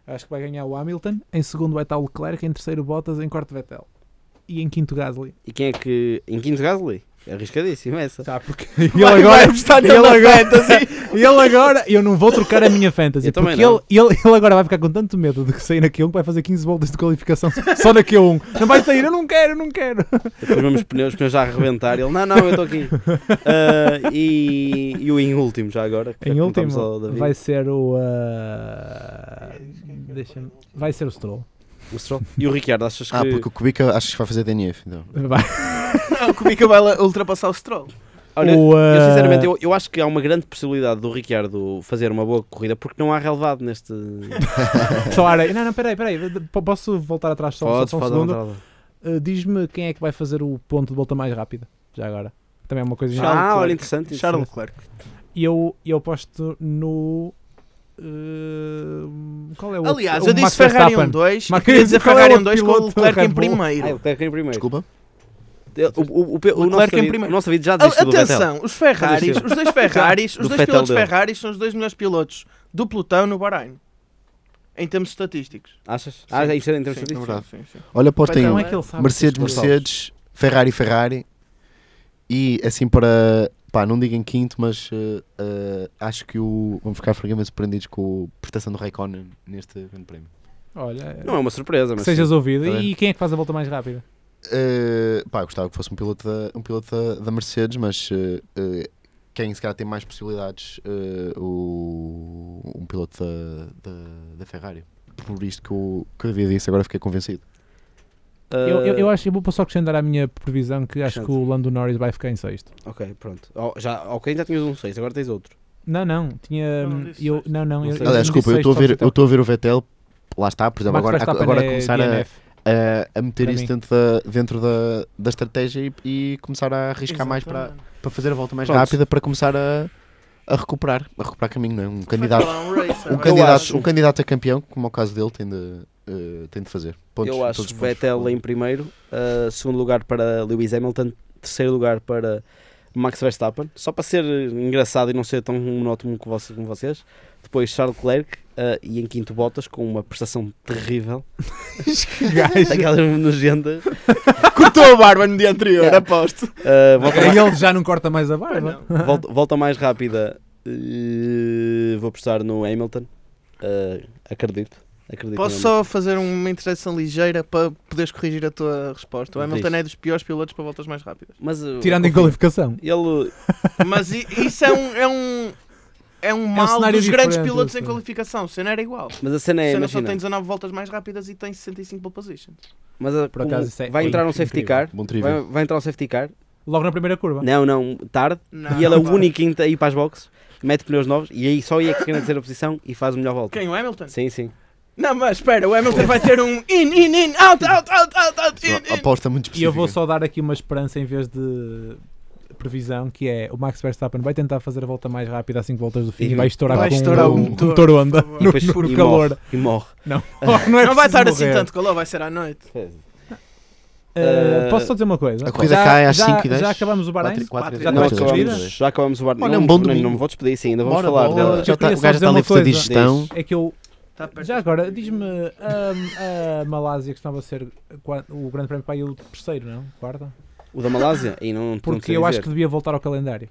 Acho que vai ganhar o Hamilton. Em segundo vai estar o Leclerc, em terceiro Bottas, em quarto Vettel. E em quinto Gasly.
e quem é que. Em quinto Gasly? Arriscadíssimo essa.
Tá, *laughs* porque ele agora, ele, agora *laughs* ele agora, eu não vou trocar a minha fantasy,
Eu também
porque ele,
não.
ele, ele agora vai ficar com tanto medo de sair na Q1 que vai fazer 15 voltas de qualificação *laughs* só na Q1. Não vai sair, eu não quero, eu não quero.
Depois vemos os pneus, os pneus já a arrebentar. Ele, não, não, eu estou aqui. Ah, e, e o em último, já agora. que
Em
apontamos
último,
Então ao David.
vai ser o. ah, deixa-me- vai ser o Stroll.
O Stroll. E o Ricciardo, achas que.
Ah, porque o Kubica acho que vai fazer DNF. Então.
Vai-
Não, o Kubica vai lá ultrapassar o Stroll.
Olha,
o,
eu
ah,
sinceramente eu, eu acho que há uma grande possibilidade do Ricciardo fazer uma boa corrida porque não há relevado neste.
só areia. Não, não, peraí, peraí. P- Posso voltar atrás só,
Podes,
só um
podes
segundo?
avançar.
Ah, Diz-me quem é que vai fazer o ponto de volta mais rápida, já agora. Também é uma coisa
Charles
Ah, olha,
Leclerc.
interessante. isso.
Charles Leclerc.
eu, eu aposto no. eh, qual é o outro?
Aliás,
O
eu disse
Max
Ferrari
Verstappen.
1-2 e
Max-
queria dizer
qual é o
Ferrari
outro
1-2 com o
piloto do
Leclerc
Red Bull?
em
Ah, o
primeiro.
Leclerc em primeiro.
Desculpa.
Ele- O, o, o, pe- o
Leclerc
nosso
em
David-
primeiro.
o nosso David já
A-
desistiu do Vettel.
Atenção, os Ferraris,
Já
os dois Ferraris,
Do
os dois
Vettel
pilotos
dele.
Ferraris são os dois melhores pilotos do pelotão no Bahrein. Em termos estatísticos.
Achas? Ah,
Sim,
isso era em termos
Sim, é
de
verdade.
sim, sim, sim.
Olha, apostem
Então,
Como
em
é que ele sabe?
Mercedes,
estes
Mercedes, Ferrari, Ferrari. E assim para. Pá, não digo em quinto, mas eh, eh, acho que o. Vamos ficar francamente surpreendidos com a prestação do Raikkonen neste Grande Prémio.
resultados? Olha,
Não é uma surpresa,
que
mas.
sejas ouvido.
Tá
e quem é que faz a volta mais rápida?
Eh, pá, gostava que fosse um piloto da, um piloto da, da Mercedes, mas eh, eh, quem se calhar tem mais possibilidades, eh, o, um piloto da, da, da Ferrari. Por isto que eu, que eu havia disse, agora fiquei convencido.
Ah,
Eu,
Eh,
eu, eu acho, eu vou só acrescentar à minha previsão que acho que o Lando Norris vai ficar em sexto.
Ok, pronto. Oh, já, ok, já tinhas um 6, agora tens outro.
Não, não, tinha.
Eu não
hum,
disse
Eu,
sexto.
não, não,
Não
eu,
sei.
eu
Aliás,
não
desculpa, eu
disse
estou a ver,
sexto,
eu estou a ver o Vettel, lá está, por exemplo,
Max
agora,
Verstappen
agora
é
começar a,
DNF.
a, a meter
Para
isso
mim.
dentro da, dentro da, da estratégia e, e começar a arriscar mais para,
Exatamente.
para fazer a volta mais
Pronto.
rápida para começar a, a recuperar, a recuperar caminho, não é? Um candidato
Foi falar um racer,
um
vai.
candidato,
acho-
um candidato a campeão, como é o caso dele, tem de, eh, tem de fazer. Pontos,
eu acho
todos os
Vettel
pontos.
*laughs*
em primeiro, ah, segundo lugar para Lewis Hamilton, terceiro lugar para Max Verstappen, só para ser engraçado e não ser tão monótono como vocês. Como vocês. Depois Charles Leclerc ah, e em quinto Bottas com uma prestação terrível.
*laughs* Que gajo.
Daquelas nojentas.
Cortou a barba no dia anterior, aposto.
Ah, volta, mais,
Ele já não corta mais a
um
barba.
volta- volta mais rápida. eh, vou apostar no Hamilton. Ah, acredito. acredito
Posso
no
só fazer uma interjeição ligeira para poderes corrigir a tua resposta? O Hamilton
Diz.
é dos piores pilotos para voltas mais rápidas.
Hamilton. Mas, ah,
Tirando em
confio.
qualificação.
Ele,
Mas i- isso é um. É um é um mal
cenário
dos grandes
diferente,
pilotos em
sim.
qualificação. O Senna era igual.
mas a cena
O
é.
Senna só
imagina,
tem 19 voltas mais rápidas e tem 65 pole positions.
Mas a-
Por
o-
acaso isso é
vai entrar um
incrível.
safety car.
Bom trivia.
Vai, vai entrar um safety car.
Logo na primeira curva.
Não, não, tarde.
Não,
e ele é
pá.
o único quinto a ir para as boxes. Mete pneus novos e aí só aí é que chega na terceira posição e faz a melhor volta.
Quem? O Hamilton?
Sim, sim.
Não, mas espera, o Hamilton vai ter um in, in, in, out, out, out, out, out, in,
Uma
in.
aposta muito
E
específica.
eu vou só dar aqui uma esperança em vez de previsão, que é o Max Verstappen vai tentar fazer a volta mais rápida a 5 voltas do fim e,
E
vai estourar
vai
com
estourar
um,
um
um
motor,
motor Honda *laughs*
por
no,
favor.
E depois-
no
e
calor.
Morre, e morre.
*laughs* Não, é
Não vai
preciso
estar assim
morrer.
tanto calor, vai ser à noite.
Uh,
Uh,
posso só dizer uma coisa?
a corrida cai às
já,
5 e 10.
Já acabamos o Bahrein?
Quatro- quatro-
Já
Não,
estamos
quatro-
despedidos?
acabamos, já acabamos o bar.
Olha,
não,
um bom
não,
domingo.
não me vou despedir sim, ainda vamos
Bora,
falar
boa.
dela.
Já
Eu
tá-
queria
o
só
gajo já
dizer
está
uma
livre da
coisa.
digestão.
É que eu
Está Tá perto
Já
das
agora,
Filipinas.
diz-me, a, a Malásia costumava ser qua- o Grande Prémio para aí o terceiro, não? Quarto?
O da Malásia? E não, não
Porque
sei
eu acho que
dizer.
devia voltar ao calendário.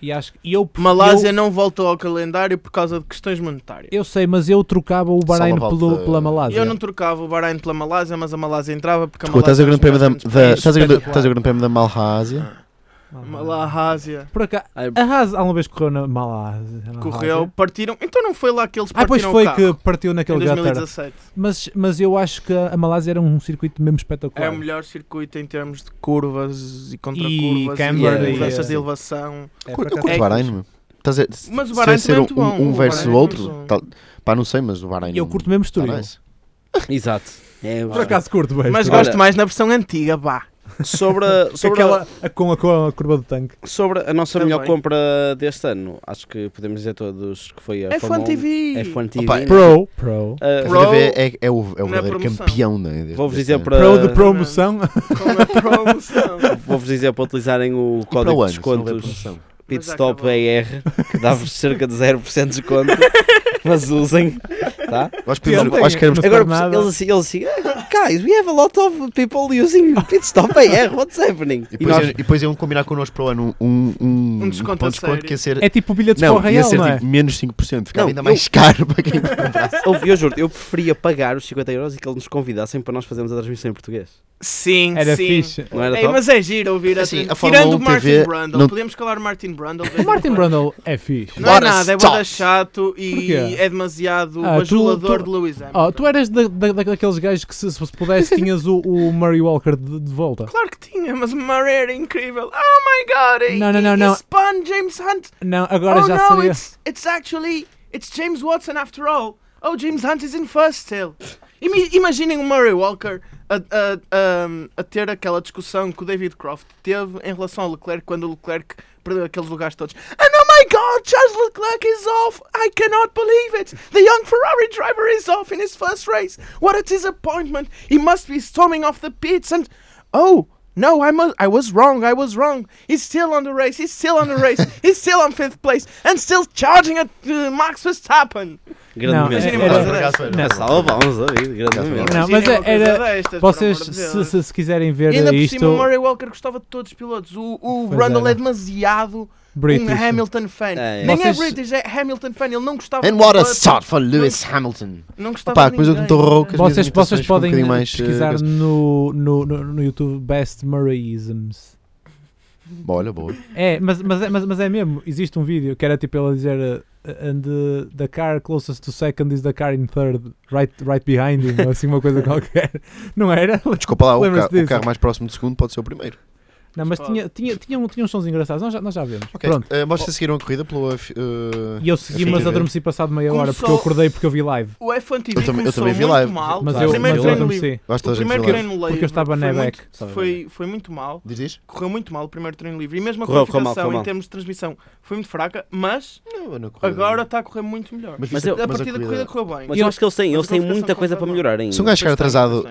E acho que. e eu,
Malásia não voltou ao calendário por causa de questões monetárias.
Eu, eu sei, mas eu trocava o Bahrein
Salva a
pelo-
volta.
pela Malásia.
Eu não trocava o Bahrein pela Malásia, mas a Malásia entrava porque a
Ah, Desculpa, estás
Malásia
a grande prémio
é um
da,
dos melhores
da,
países.
estás a grande,
espetacular.
estás a um- grande prémio da Malhásia.
Ah,
Malásia
Por acaso,
Ai,
a Haas alguma vez correu na Malásia? na
correu,
Malásia?
partiram. Então não foi lá que eles
Ah, pois
partiram
foi
o
que tá-
carro
partiu
em
naquele gutter.
2017.
Mas, mas eu acho que a Malásia era um circuito mesmo espetacular.
É o melhor circuito em termos de curvas e
E
contracurvas
camber
e
e-
mudanças
é.
de elevação.
É, por
Cur- Eu
acaso-
curto o
É
Bahrein, meu. Estás a se-
Mas o
se
Bahrein
é ser
também é
um,
muito
um
bom.
versus
O
o
Bahrein é
outro,
muito
tal- pá, não sei, mas o Bahrein.
eu curto mesmo
tá
Estoril.
nice.
Exato. É,
Por acaso curto bem.
Mas
Estoril.
Olha-
gosto mais na versão antiga, vá.
*laughs*
Sobre, a-
Com
sobre,
aquela-
a,
a- com, a, com a curva do tanque.
sobre a nossa
Também.
melhor compra deste ano, acho que podemos dizer todos que
É
foi a
É
Fórmula
F1
1.
TV. *laughs*
F1 TV.
Opa, é
né?
Pro. Pro.
Ah,
A
Pro-
FNV é, é o, é o
Não é
verdadeiro
promoção.
campeão, né? deste-
Vou-vos
deste
dizer
ano.
para,
Pro de promoção.
Com é a promoção.
vou-vos dizer para utilizarem o
E para
código
o
de
ano, se não houver
descontos
promoção.
Mas já
Pitstop
acabou.
AR, que
*laughs*
dá-vos cerca de 0% de desconto, mas usem, tá?
Eu Acho que podemos-
Tentem.
acho que queremos-
Mas
Agora,
por nada.
eles assim, eles assim, "Ah, guys, we have a lot of people using Pitstop AR, what's happening?
E
E
depois,
nós,
e depois iam combinar connosco para o ano um, um,
Um desconto a sério.
que ia ser.
É tipo bilhetes para o
não, ia
Real,
ser
não é?
tipo menos 5%, ficava
Não,
ainda
eu-
mais caro para quem.
"Ah, eu, eu juro, eu preferia pagar os 50 euros e que eles nos convidassem para nós fazermos a transmissão em português.
Sim,
Era
sim.
fixe.
Não era
Ei,
top?
mas é giro ouvir a
Assim,
tran-
a Fórmula
Tirando
1
o Martin
TV
Brundle,
não-
podemos calar
*laughs*
Martin Brundle. de vez
O
em
Martin
quando.
Brundle é fixe.
Não é
What a
nada, é
stop.
boda chato e
Porquê?
é demasiado
Ah, tu-
bajulador
tu-
de Lewis Hamilton.
Oh, tu eras da, da, da- daqueles gajos que se, se pudesse tinhas o, o Murray Walker de, de volta.
Claro que tinha, mas Murray era incrível. Oh my god! e-
Não, não, não,
e
não.
Spun James Hunt.
Não, *laughs* agora
oh
já
no,
seria.
it's, it's actually it's James Watson after all. Oh, James Hunt is in first still. Imi- Imaginem o Murray Walker a, a- um, a ter aquela discussão que o David Croft teve em relação ao Leclerc quando o Leclerc perdeu aqueles lugares todos. And oh my god, Charles Leclerc is off! I cannot believe it! The young Ferrari driver is off in his first race! What a disappointment! He must be storming off the pits and. Oh! No, I, mu- I was wrong. I was wrong. He's still on the race. He's still on the
*laughs*
race. He's still on fifth place and still charging at uh, Max Verstappen.
Grande
Não,
momento.
era-
Uma
era-
não.
salva, vamos ouvir, grande momento.
Não, mas
Imaginem
é-
uma coisa
era-
destas, por
Vocês,
amor de
se,
Deus.
se, se quiserem ver
Ainda por cima, um o
isto,
Murray Walker gostava de todos os pilotos. O, o
Pois
Randall
era.
é demasiado
British.
um Hamilton fan.
É, é.
Nem
Vocês-
é British, é Hamilton fan. Ele não gostava
And
de
what a
pilotos,
start for Lewis Hamilton!
Não gostava
Opa,
de
depois eu
ninguém.
me dou rouco, as
vocês,
minhas
vocês
imitações ficam um
podem
bocadinho mais, eh,
pesquisar
coisas.
no, no, no, no YouTube Best Murrayisms.
Bom, olha, boa.
É, mas, mas, é- mas, mas é mesmo, existe um vídeo que era tipo ele a dizer uh, and uh, the car closest to second is the car in third, right, right behind him, ou assim uma
*laughs*
coisa qualquer. Não era?
Desculpa lá, o,
Lembras-te
ca- o
disso?
carro mais próximo do segundo pode ser o primeiro.
Não, mas
Pode.
tinha, tinha, tinha, um, tinha uns sons engraçados, nós já, nós já vemos.
Ok,
Pronto.
eh, vocês seguiram a corrida pelo. eh,
E eu segui,
Enfim,
mas
é.
adormeci passado meia hora porque eu
Começou-
acordei porque eu vi live.
O F1 TV
Eu também- eu
começou
também vi
muito
live.
mal.
Mas
Claro.
eu,
o primeiro
mas eu
treino livre.
adormeci.
eu acho que
O
toda a gente
primeiro
viu lá.
treino livre
Porque eu um estava
foi
na
muito-
back.
Foi, foi muito mal.
Diz, diz?
Correu muito mal o primeiro treino livre. E mesmo a
Correu- correu mal,
qualificação
correu
em
mal.
termos de transmissão foi muito fraca, mas
Não, na corrida.
agora está a correr muito melhor.
Mas,
Mas
isso-
eu-
a
mas
partir da corrida correu bem.
Mas eu acho que eles têm,
Mas
eles
a
têm
qualificação
muita
foi
coisa para
boa.
melhorar ainda.
Se um gajo chegar
Pois tem,
atrasado,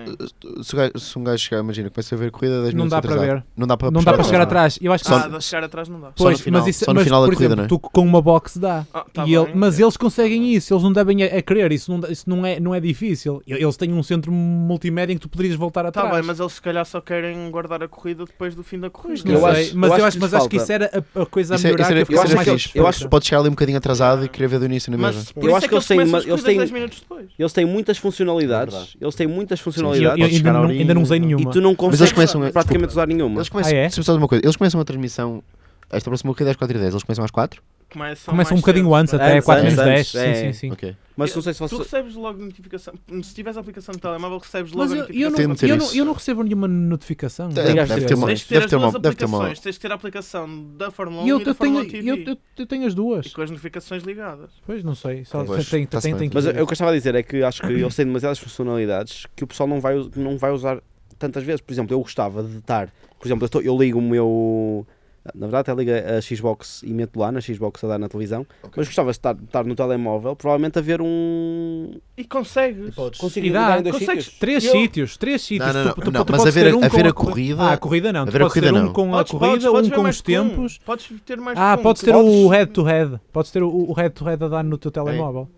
pois
se um gajo- se um gajo chegar, imagina, começa a ver a corrida 10
Não
minutos
dá para
atrasado.
ver.
Não dá para
Não
puxar
dá para chegar atrás. Eu acho que
Só- um
se-
Ah, de chegar atrás não dá.
só no final- só no
mas,
final da
por
corrida,
exemplo,
não é?
tu com uma box dá.
Ah, tá
E ele-
bem.
mas eles conseguem
Tá bem.
isso, eles não devem a, a querer, isso, não, dá- isso não, é, não é difícil. E- Eles têm um centro multimédia em que tu poderias voltar
Tá
atrás.
bem, mas eles se calhar só querem guardar a corrida depois do fim da corrida.
Não
Eu
sei,
acho-
mas
eu
eu
acho
acho,
que
mas
lhe
acho que
falta-
isso era a, a coisa a
Isso é-
melhorar.
isso era-
que eu
isso era
ficava mais
fixe. Eu acho-
satisfeito.
Pode chegar ali um bocadinho atrasado e querer ver do início na mesma.
Mas por isso
acho
é
que eles
que eles
têm
começam
ma-
as
eles
corridas
têm-
10 minutos depois.
Eles têm muitas funcionalidades.
É verdade.
eles têm muitas
E eu-
funcionalidades.
eu
Pode
ainda,
chegar
não,
ali-
ainda não usei nenhuma.
E tu não
Mas
consegues
eles começam a-
praticamente usar nenhuma.
Eles começam,
Ah, é?
se uma coisa, eles começam a transmissão. Esta próxima corrida é às 4h10, eles começam às 4?
Começam,
Começa um
mais
bocadinho
cedo,
antes,
pá.
até
Antes,
4
antes,
menos 10.
antes,
Sim, sim,
é.
sim.
Ok.
Mas não sei se
Tu
vocês.
recebes logo notificação. Se tiveres a aplicação de telemóvel, recebes logo
Mas
a
eu, eu,
notificação.
não,
Tem de ter
eu, não,
isso.
eu não recebo nenhuma notificação.
Deve-
Não
deve ter
recebo.
uma-
Tens de ter as
ter uma-
duas
deve ter uma-
aplicações. Tens de ter a aplicação da Fórmula 1
E eu,
e
eu tenho,
da Fórmula
eu,
TV.
eu- eu tenho as duas.
E com as notificações ligadas.
Pois, não sei. Só
Pois,
tem, tem,
tá-se
tem,
bem.
que
Mas
ver.
eu- eu que estava a dizer é que acho que eles têm demasiadas funcionalidades que o pessoal não vai, us- não vai usar tantas vezes. Por exemplo, eu gostava de estar. Por exemplo, eu, estou- eu ligo o meu. Na verdade, até ligo a Xbox e meto lá na Xbox a dar na televisão.
Ok.
Mas gostava de estar, de estar no telemóvel, provavelmente a ver um.
E consegues.
Consigo
E dá,
ligar em dois
consegues-
sítios.
Três
Eu-
sítios, três sítios.
não,
Tu-
não,
tu- tu
não, mas
podes
a ver-
ter um
a ver
com
a corrida-
Ah, a corrida não.
a
tu
ver a
podes ter
corrida
um
não.
com a
Podes- podes-
corrida,
podes
um
ver
com
mais
os
que um.
tempos.
Podes ter mais
Ah,
que um.
podes ter
podes-
o head to head. Podes ter o o head to head a dar no teu telemóvel.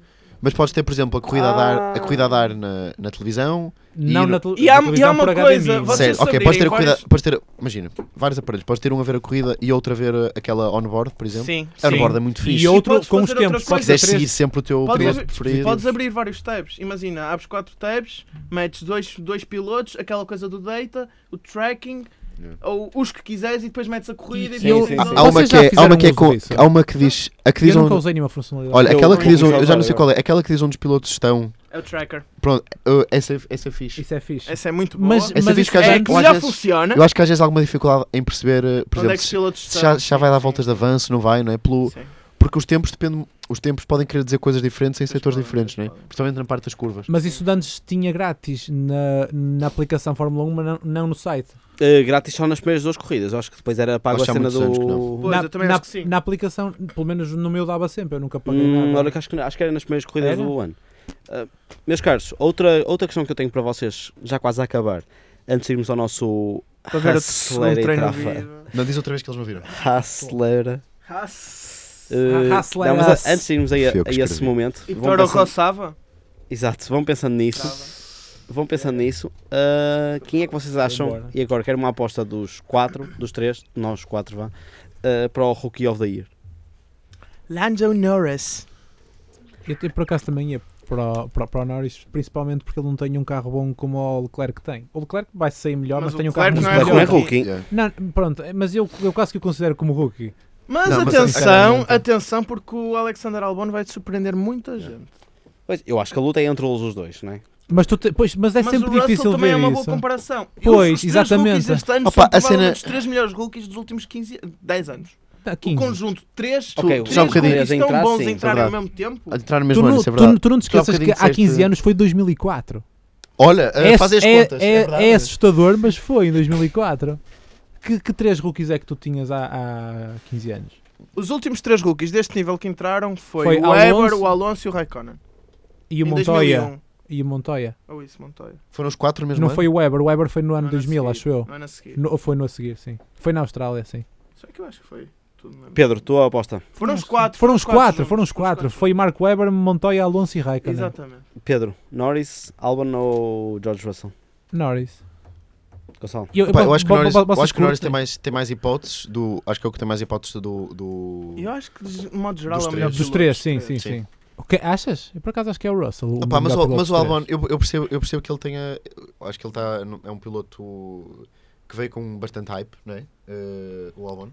Mas podes ter, por exemplo, a corrida a dar, a
Ah.
corrida a dar na, na televisão.
Não
E- é
na, tele-
e há-
na
e há
televisão
uma
por
coisa,
HDMI.
Vocês
Sério, ok,
abrirem
podes ter a corrida.
vários-
Podes ter, imagina, vários aparelhos. Podes ter um a ver a corrida e outro a ver uh, aquela on-board, por exemplo.
Sim,
A
Sim.
on-board é muito fixe.
E outro
podes
com os
fazer outra
tempos.
Se
Pode
coisa.
ser
quiseres seguir
três.
sempre o teu
Podes
piloto
abrir-
preferido.
Podes abrir vários tabs. Imagina, abres quatro tabs, metes dois, dois pilotos, aquela coisa do data, o tracking,
Yeah.
ou os que quiseres e depois metes a corrida e,
Sim,
depois
sim, sim.
tens
Há
outro.
uma
Vocês
que
já
é, há uma que é
fizeram
com,
uso disso?
há uma que diz, a que diz
Eu
um,
nunca usei nenhuma funcionalidade.
olha,
Eu-
aquela que
eu-
diz um,
eu-
eu já não sei qual é, aquela que diz onde os pilotos estão.
É o tracker.
Pronto, uh, essa essa é fixe.
Isso é fixe.
Essa é muito boa.
Mas,
Essa
mas
diz
isso
que às
é-
é
vezes-
que
eu
já
vezes-
funciona.
Eu acho que às vezes há alguma dificuldade em perceber, uh, por
Onde
exemplo,
é que os
se-
pilotos
se
estão?
já, já
Sim,
vai dar
sim.
voltas de avanço, não vai, não é? Pelo,
Sim.
porque os tempos dependem, os tempos podem querer dizer coisas diferentes em
Pois
setores
podem,
diferentes, não
pois
é?
podem.
Principalmente na parte das curvas.
Mas isso de antes tinha grátis na, na aplicação Fórmula 1, mas não, não no site.
Eh, grátis só nas primeiras duas corridas. Eu acho que depois era pago
Acho
a
que há
cena
muitos anos que
do.
não.
Pois,
na,
eu também
na,
acho que sim.
na aplicação, pelo menos no meu dava sempre, eu nunca paguei
Hum,
nada.
olha, que acho, que, acho que era nas primeiras corridas
Era?
do ano. Ah, meus caros, outra, outra questão que eu tenho para vocês, já quase a acabar, antes de irmos ao nosso.
Para ver o
Hustler
segundo
e
treino
Trafa.
vivo.
Não diz outra vez que eles não viram.
Hustler.
Haas.
eh,
Ah, Hustler.
não, mas a- antes de irmos aí a,
Fui eu que
a esse
escrevi.
momento.
E
vão
Toro
pensando-
roçava?
Exato, vão pensando nisso.
Roçava.
Vão pensando nisso. Ah, quem é que vocês acham?
embora.
E agora quero uma aposta dos quatro, dos três, nós quatro vá, ah, para o Rookie of the Year.
Lando Norris.
Eu, eu por acaso também ia para, o- para, para o Norris, principalmente porque ele não tem um carro bom como o Leclerc tem. O Leclerc vai sair melhor, mas,
Mas o
tem um carro
Leclerc
muito
não é
melhor.
rookie.
Yeah.
Não, pronto, mas eu, eu quase que o considero como rookie.
Mas
Não, É. mas
atenção,
sinceramente-
atenção, porque o Alexander Albon vai te surpreender muita gente.
Pois, eu acho que a luta é entre eles os dois, não é?
Mas, tu te- pois, mas é
mas
sempre
o Russell
difícil
também
ver
é uma boa
isso.
comparação. E
Pois,
os três
exatamente.
rookies Este ano
Opa,
são
a cena-
provavelmente os três melhores rookies dos últimos 15, 10 anos.
Tá,
O
15.
conjunto, três,
Ok,
três
já um bocadinho.
rookies
Entrar,
tão bons
sim,
a entrarem ao
verdade.
mesmo tempo.
A entrar no
Tu,
mesmo ano,
não,
isso é
tu,
verdade.
não- tu não te
Já há
esqueças que
bocadinho
há 15
disseste-
anos foi 2004.
Olha, uh, faz as
é,
contas.
é,
verdade.
é assustador, mas foi em 2004. Que, que três rookies é que tu tinhas há, há 15 anos?
Os últimos três rookies deste nível que entraram foi,
Foi
o
Alonso-
Weber, o Alonso e o Raikkonen.
E o
em
Montoya?
2001.
E o Montoya?
Ou isso, Montoya.
Foram os quatro no mesmo
Não
ano?
foi o Weber, o Weber foi no ano
Não é na
2000,
seguir,
acho eu.
Não é na seguir.
No, ou foi no a seguir, sim. Foi na Austrália, sim.
Será que eu acho que foi? Tudo na mesma.
Pedro, tua aposta.
Foram os quatro.
Foram os quatro,
juntos,
foram os quatro. Foi Marco Weber, Montoya, Alonso e Raikkonen.
Exatamente.
Pedro, Norris, Albon ou George Russell?
Norris.
Gonçalo.
E
Opa, eu acho que o
vo-
Norris,
vo- vocês
eu acho que o Norris tem,
curtem?
mais, tem mais hipóteses do. Acho que é o que tem mais hipóteses do. do...
Eu acho que de modo geral
Dos
é o melhor
três.
Dos
piloto.
três, sim, sim,
três.
sim. O que- achas? Eu por acaso acho que é o Russell. O
Opa, mas,
melhor
o,
piloto
mas o
dos
Albon,
três.
eu, eu percebo, eu percebo que ele tenha. eu Acho que ele tá, num- é um piloto que veio com bastante hype, não é? Eh, o Albon.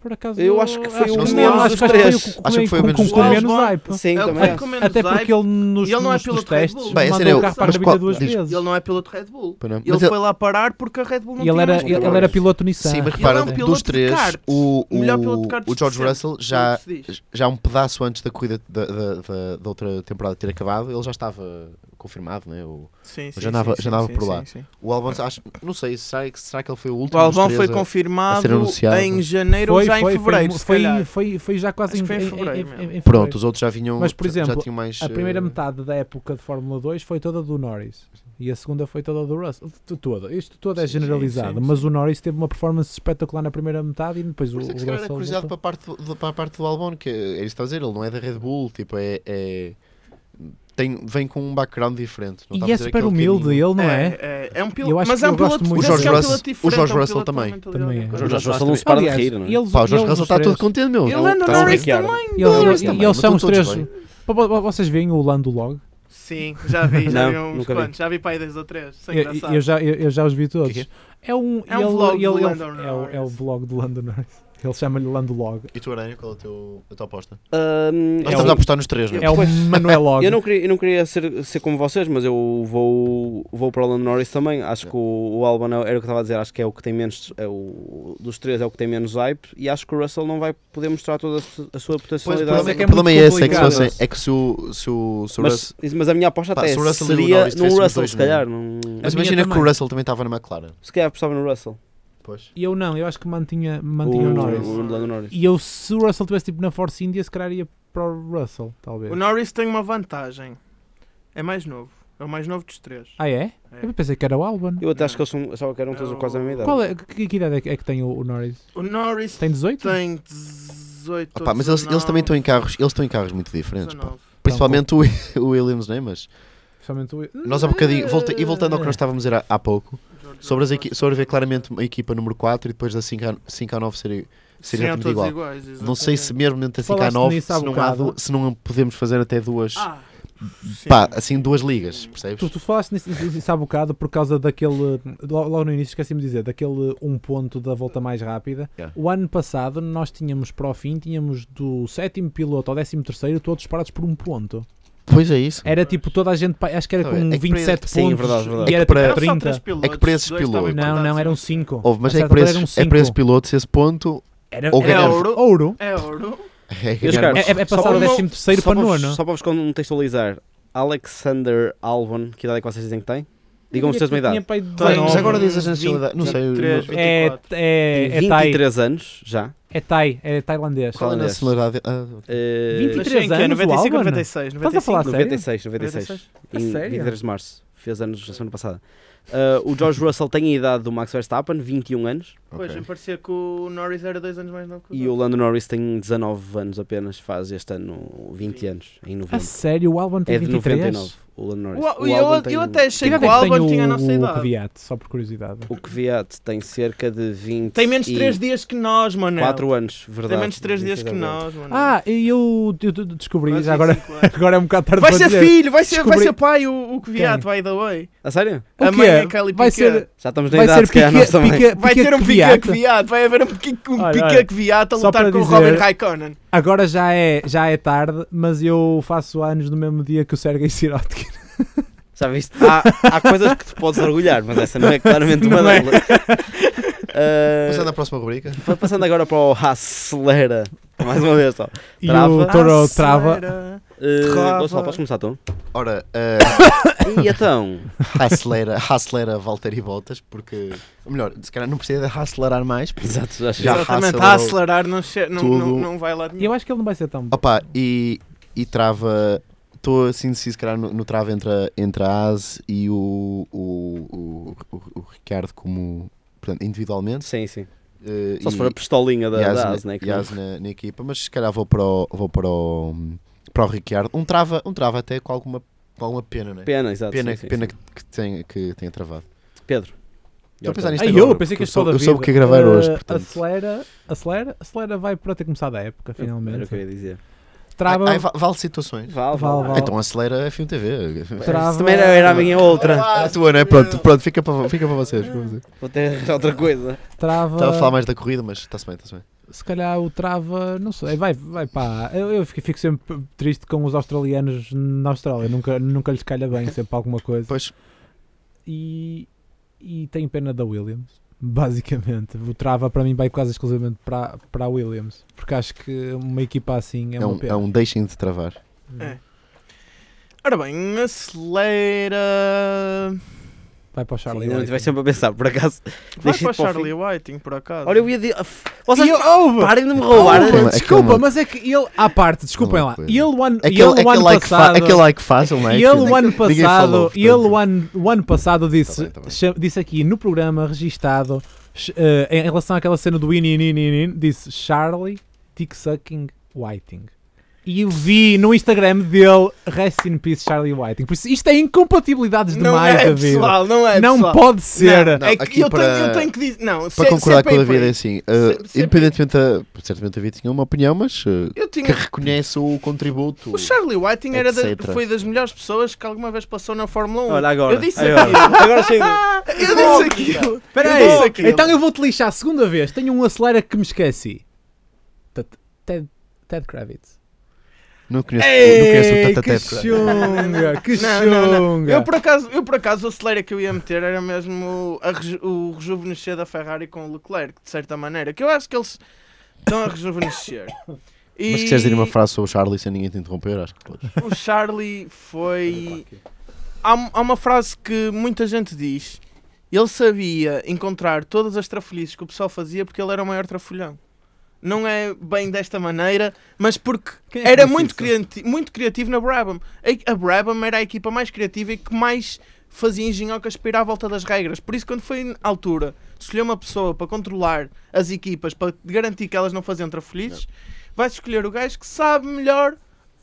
Por acaso,
Eu acho que foi
acho
o
que
menos
acho
dos
que foi o
três.
que-
Acho que foi o
com-
menos
com-
dos
com
três.
menos hype.
Sim,
É o
também
que
acho.
com menos
Até porque
hype.
ele nos,
ele não é
nos,
piloto
nos
Red
testes
Bull.
Bem, a cena
mandou
é
o
o-
carro para a
mas
vida
qual-
duas
diz-
vezes.
Ele não é piloto Red Bull.
Pois não?
Ele
Mas
foi lá parar porque a Red Bull não
E ele
tinha
era,
mais
ele, ele
pilotos.
era piloto Nissan.
Sim, mas
é
repara,
um piloto
dos
de
três,
kart.
o,
O
o,
melhor piloto de kart
o
de
George
sempre,
Russell
como
já,
se diz.
já um pedaço antes da corrida da, da, da- da outra temporada ter acabado, ele já estava confirmado, não é? O,
Sim, sim,
Já andava-
sim,
já andava
sim,
por
sim,
lá.
sim.
o Albon, acho, não sei, será que, será que ele foi o
O
último? dos
Albon
três
foi
a-
confirmado
anunciado.
em janeiro ou já em fevereiro.
Foi,
se
foi,
calhar.
foi, foi já quase
Acho
em,
que foi em
em-
fevereiro
em-
mesmo.
em- em
Pronto,
fevereiro.
os outros já vinham.
Mas, por
já- já
exemplo,
tinham mais,
A
eh,
primeira metade da época de Fórmula 2 foi toda do Norris. E a segunda foi toda do Russell. Tu- Toda. Isto todo é
Sim, sim,
generalizado.
sim,
Mas o Norris teve uma performance espetacular na primeira metade e depois o, o
Por isso é que
Russell.
se calhar era curiosidade para
voltou.
a, parte do, do- para a parte do Albon, que é isso que está a dizer, ele não é da Red Bull, tipo, é. é- tem, vem com um background diferente. Não está
E
a
é
fazer
super
aquele
humilde
caminho.
ele, não é?
É, é um
Eu
piloto.
acho
Mas
que
é um
eu gosto
piloto
muito.
vê-se
O Jorge
que é um
Russell-
piloto diferente,
o Jorge
é um
Russell
piloto
também.
totalmente
Também é.
aliado.
O
O
George
George
Russell não se para de
Aliás,
rir, não é?
eles,
Pá, o
eles,
Jorge Russell tá
os
está todo
três-
contente, meu.
E o
Ele
Lando
tá
Norris
bem.
bloqueado.
também.
Ele- ele-
Norris
e
também,
eles
mas
são os
estão todos
três.
bem.
Vo- vo- Vocês veem o Lando logo?
Sim, já vi,
Não,
já vi uns
nunca vi.
quantos. Já vi para aí 10 ou é 3. Sem
Eu, eu já, eu, eu já os vi todos.
Que que
É um,
É um
ele-
vlog do
ele-
Lando
ele- é o- é o
Norris.
vlog do Lando Norris. Ele chama-lhe Lando Log.
E tu, Aranha, qual é o teu- a tua aposta?
Ahm,
Nós
É
estamos
o-
a apostar nos três, não é?
É o Manuel Log.
*laughs* Eu não queria, eu não queria ser, ser como vocês, mas eu vou, vou para o Lando Norris também. Acho que o, o Albon é- era o que estava a dizer, acho que é o que tem menos. É o, dos três é o que tem menos hype e acho que o Russell não vai poder mostrar toda a, su- a sua
Pois, o
potencialidade.
é
problema é,
que é
o problema é
muito
esse, é que, se
complicado.
fossem- é que se o, se o, se o
mas,
Russell-
mas a minha aposta
Pá,
até é,
se o Russell e o
seria
Norris tivessem
no
os
Russell,
dois,
se
não é?
calar. num-
Mas
a minha
imagina que o
também.
Russell também estava na McLaren.
se calhar apostava no Russell.
Pois.
Eu não, eu acho que mantinha, mantinha o, Norris.
o Lando Norris.
E eu, se o Russell tivesse tipo na Force India, se calhar ia para o Russell, talvez.
O Norris tem uma vantagem. É mais novo. É o mais novo dos três.
Ah, é?
É.
Eu pensei que era o Albon.
Eu até acho que eles são, só que eram todos
Eu-
quase a mesma idade.
Qual é, que, que idade é que, é que tem o, o Norris?
O Norris
Tem 18?
tem 18
Ah, Opa, mas eles, eles também estão em carros, eles estão em carros muito diferentes. pá. principalmente o, o Williams, né? Mas
Principalmente o- É.
nós há bocadinho, volta- e voltando ao que nós estávamos a dizer há, há pouco, sobre, as equi- sobre ver claramente a equipa número 4 e depois da 5 a, 5 a 9 serem seria
Seriam
tudo
todos
igual.
iguais.
Não sei se mesmo dentro da 5 a
Falaste
9
nisso há
se não, há
bocado.
du- se não podemos fazer até duas,
Ah,
pá, assim duas ligas, percebes?
Tu, tu falaste nisso, nisso há bocado por causa daquele. Logo logo no início esqueci-me de dizer, daquele um ponto da volta mais rápida.
Yeah.
O ano passado nós tínhamos para o fim, tínhamos do sétimo piloto ao décimo terceiro todos parados por um ponto.
Pois é isso.
Era tipo toda a gente. pa- Acho que era
Tá
com
bem, é que para
27
esse- sim,
pontos.
verdade, verdade.
E era
É que
tipo
para-
eram só
30.
três pilotos,
É que para esses
dois estavam
pilotos-
Não, não,
empatados,
eram
não.
5.
Houve, mas é que para
um
esses, é para esses pilotos esse ponto
Era,
ou
era
ganhar-
ouro. ouro.
É ouro.
é
E os
ganhar-
É, é, é passar
Só
ao
para-
décimo terceiro
só
para
para vos-
nono.
Só para vos contextualizar, Alexander Albon, que idade é que vocês dizem que tem? Digam os
Eu
teus uma
tinha
idade.
pai
Tá,
Mas
de-
não,
Mas
agora
vinte,
diz a nacionalidade, não sei.
três,
não-
É,
24.
é, é,
Tem
Thai,
23 anos já.
é Thai, é tailandês.
Qual é a
Holandês.
nacionalidade? Ah,
Eh,
23
Nasceu em que ano?
anos, o
95 ou
Albon?
96?
Estás a falar
96, 96.
96?
A
Em
sério?
23 de março. Fez anos na semana passada. Ah, o George Russell tem a idade do Max Verstappen, 21 anos.
Pois,
ok.
me parecia que o Norris era dois anos mais novo que
E o Lando Norris tem 19 anos apenas. Faz este ano 20 anos,
Ah,
em
A
novembro.
sério, o Albon tem
É de
23?
99, o Lando Norris.
Uau,
O
eu,
Albon tem-
eu até achei
Que idade
que o
é que tem
Albon
o,
tinha a nossa
o
idade.
Kvyat, só por curiosidade?
O Kvyat tem cerca de 20
Tem menos
e
3 dias que nós, mano.
4 anos, verdade.
Tem menos 3 dias
26 de
que
abril.
nós, mano.
Ah, e eu, eu de- de- descobri,
Quase
já agora,
25 anos.
*laughs* agora é um bocado tarde
Vai
para
ser
dizer.
filho, vai ser, vai
Descobri-
ser pai o, o Kvyat,
Quem?
by the way.
A sério?
O
A
quê?
mãe é Kylie
Vai
Piquet.
ser,
Já estamos na
vai
idade,
ser
se calhar, nós também.
pique,
Vai ter um
Kvyat.
pica Kvyat, vai haver um pica um
Olha,
pica
olha.
Kvyat a
Só para
lutar com o
dizer-
Robin Raikkonen.
Agora já é, já é tarde, mas eu faço anos no mesmo dia que o Sergei Sirotkin.
Já viste? Há, há coisas que te podes orgulhar, mas essa não é
*laughs*
claramente uma
Não é.
delas. *laughs* Ah,
Passando à próxima rubrica.
pa- passando agora para o Acelera. Mais uma vez só.
E
Trava.
o Toro Trava.
Acelera.
Uh,
Trava.
Gonçalo, podes começar, Tom?
Ora, ah,
E então?
*laughs* acelera, acelera Valtteri Bottas, porque. Ou melhor, se calhar não precisa de acelerar mais.
Exato, já
Já
chegaste.
Exatamente,
acelerou
a acelerar não, che- não,
tudo.
não, não vai lá de
E eu acho que ele não vai ser tão bom.
Opa, e, e trava. Estou assim indeciso, se calhar, no, no trava entre a, entre a AS e o, o, o, o- o Ricardo, como. Portanto, individualmente.
Sim, sim.
eh,
Só se
e-
for a pistolinha da,
e Haas
da
na-
Haas, né? que
e
não-
Haas na, na equipa, mas se calhar vou para o, vou para o, para o Ricciardo. Um trava, um trava até com alguma, com alguma pena, né?
Pena, exato.
Pena,
sim, sim,
pena
sim.
Que, que tenha, que tenha travado.
Pedro.
Estou a pensar
Jordan.
nisto
Ai,
agora,
eu pensei
porque
que isto só
soube-
da
é eu soube
vida.
que ia gravar hoje,
Eh,
portanto.
Acelera, acelera, acelera vai para ter começado a época,
Era o que eu
finalmente.
ia dizer.
Trava,
Ai, ai, va- vale situações.
Vale,
Vale,
vale.
vale.
Então acelera a FM TV.
trava-
Essa também era, era a minha outra.
Ah, a tua, não é? Pronto, pronto fica, para, fica para vocês. para vocês.
Vou ter *laughs* outra coisa.
trava,
Estava a falar mais da corrida, mas está-se bem, está-se bem.
se calhar o trava, não sei, vai, vai pá. Eu, eu fico, fico sempre triste com os australianos na Austrália, nunca, nunca lhes calha bem, sempre alguma coisa.
Depois,
E, e tenho pena da Williams, basicamente. O trava para mim vai quase exclusivamente para, para a Williams, porque acho que uma equipa assim é,
é
uma
um,
pena.
é um deixem de travar.
É. Ora bem, acelera.
Vai para o Charlie.
Sim,
Whiting.
vai sempre a pensar, por acaso.
Vai
Deixa
para o
isto para o
Charlie Whiting, por acaso.
Ora, eu ia dizer. Vocês
E eu- ouve!
parem de me roubar.
Ouve,
Aquela-
desculpa,
aquela-
mas é que ele, à parte, desculpem
Aquela
lá,
coisa.
ele o ano,
Aquele,
ele o
aquele,
ano
like fa-
passado,
aquele like fácil, não é?
ele o ano
ninguém falou,
passado, ele o
portanto.
ano, o ano passado disse,
bem, tá bem.
cha- disse aqui no programa registado, ch- eh, em relação àquela cena do in, in, in, in, in, disse Charlie Tick Sucking Whiting. E eu vi no Instagram dele Rest in Peace Charlie Whiting. Por isso, isto é incompatibilidades
não
demais
é,
da vida.
pessoal, não é,
não
pessoal.
pode ser.
Não, é
Não,
que
aqui
eu,
para-
tenho, eu tenho que dizer. Não, se-
Para concordar
sempre
com a
é por
vida, é
aí.
assim, uh,
Sempre- sempre-
independentemente da. Certamente a vida tinha uma opinião, mas uh,
Eu tinha.
que reconhece o contributo.
O Charlie Whiting era da-
Etc.
foi das melhores pessoas que alguma vez passou na Fórmula 1.
Olha, agora.
Eu disse
agora. agora chega.
eu disse aquilo.
Espera
Eu disse
aí,
aquilo.
então eu vou-te lixar a segunda vez. Tenho um acelera que me esqueci. Ted, Ted, Ted Kravitz.
Não conheço, não conheço
Ei,
o
que
Tataté.
chunga, que
*laughs* Não, não, não. Eu
chunga.
por, acaso, eu por acaso o acelera que eu ia meter era mesmo a reju- o rejuvenescer da Ferrari com o Leclerc, de certa maneira. Que eu acho que eles estão a rejuvenescer. E
Mas se quiseres dizer uma frase sobre o Charlie sem ninguém te interromper, acho que podes.
o Charlie foi. Há, um, há uma frase que muita gente diz. Ele sabia encontrar todas as trafolhices que o pessoal fazia porque ele era o maior trafolhão. Não é bem desta maneira, mas porque
Quem é que
era
disse
muito,
isso?
crianti- muito criativo na Brabham. A- A Brabham era a equipa mais criativa e que mais fazia engenhocas para ir à volta das regras. Por isso, quando foi na altura de escolher uma pessoa para controlar as equipas, para garantir que elas não faziam trafolhices, vai-se escolher o gajo que sabe melhor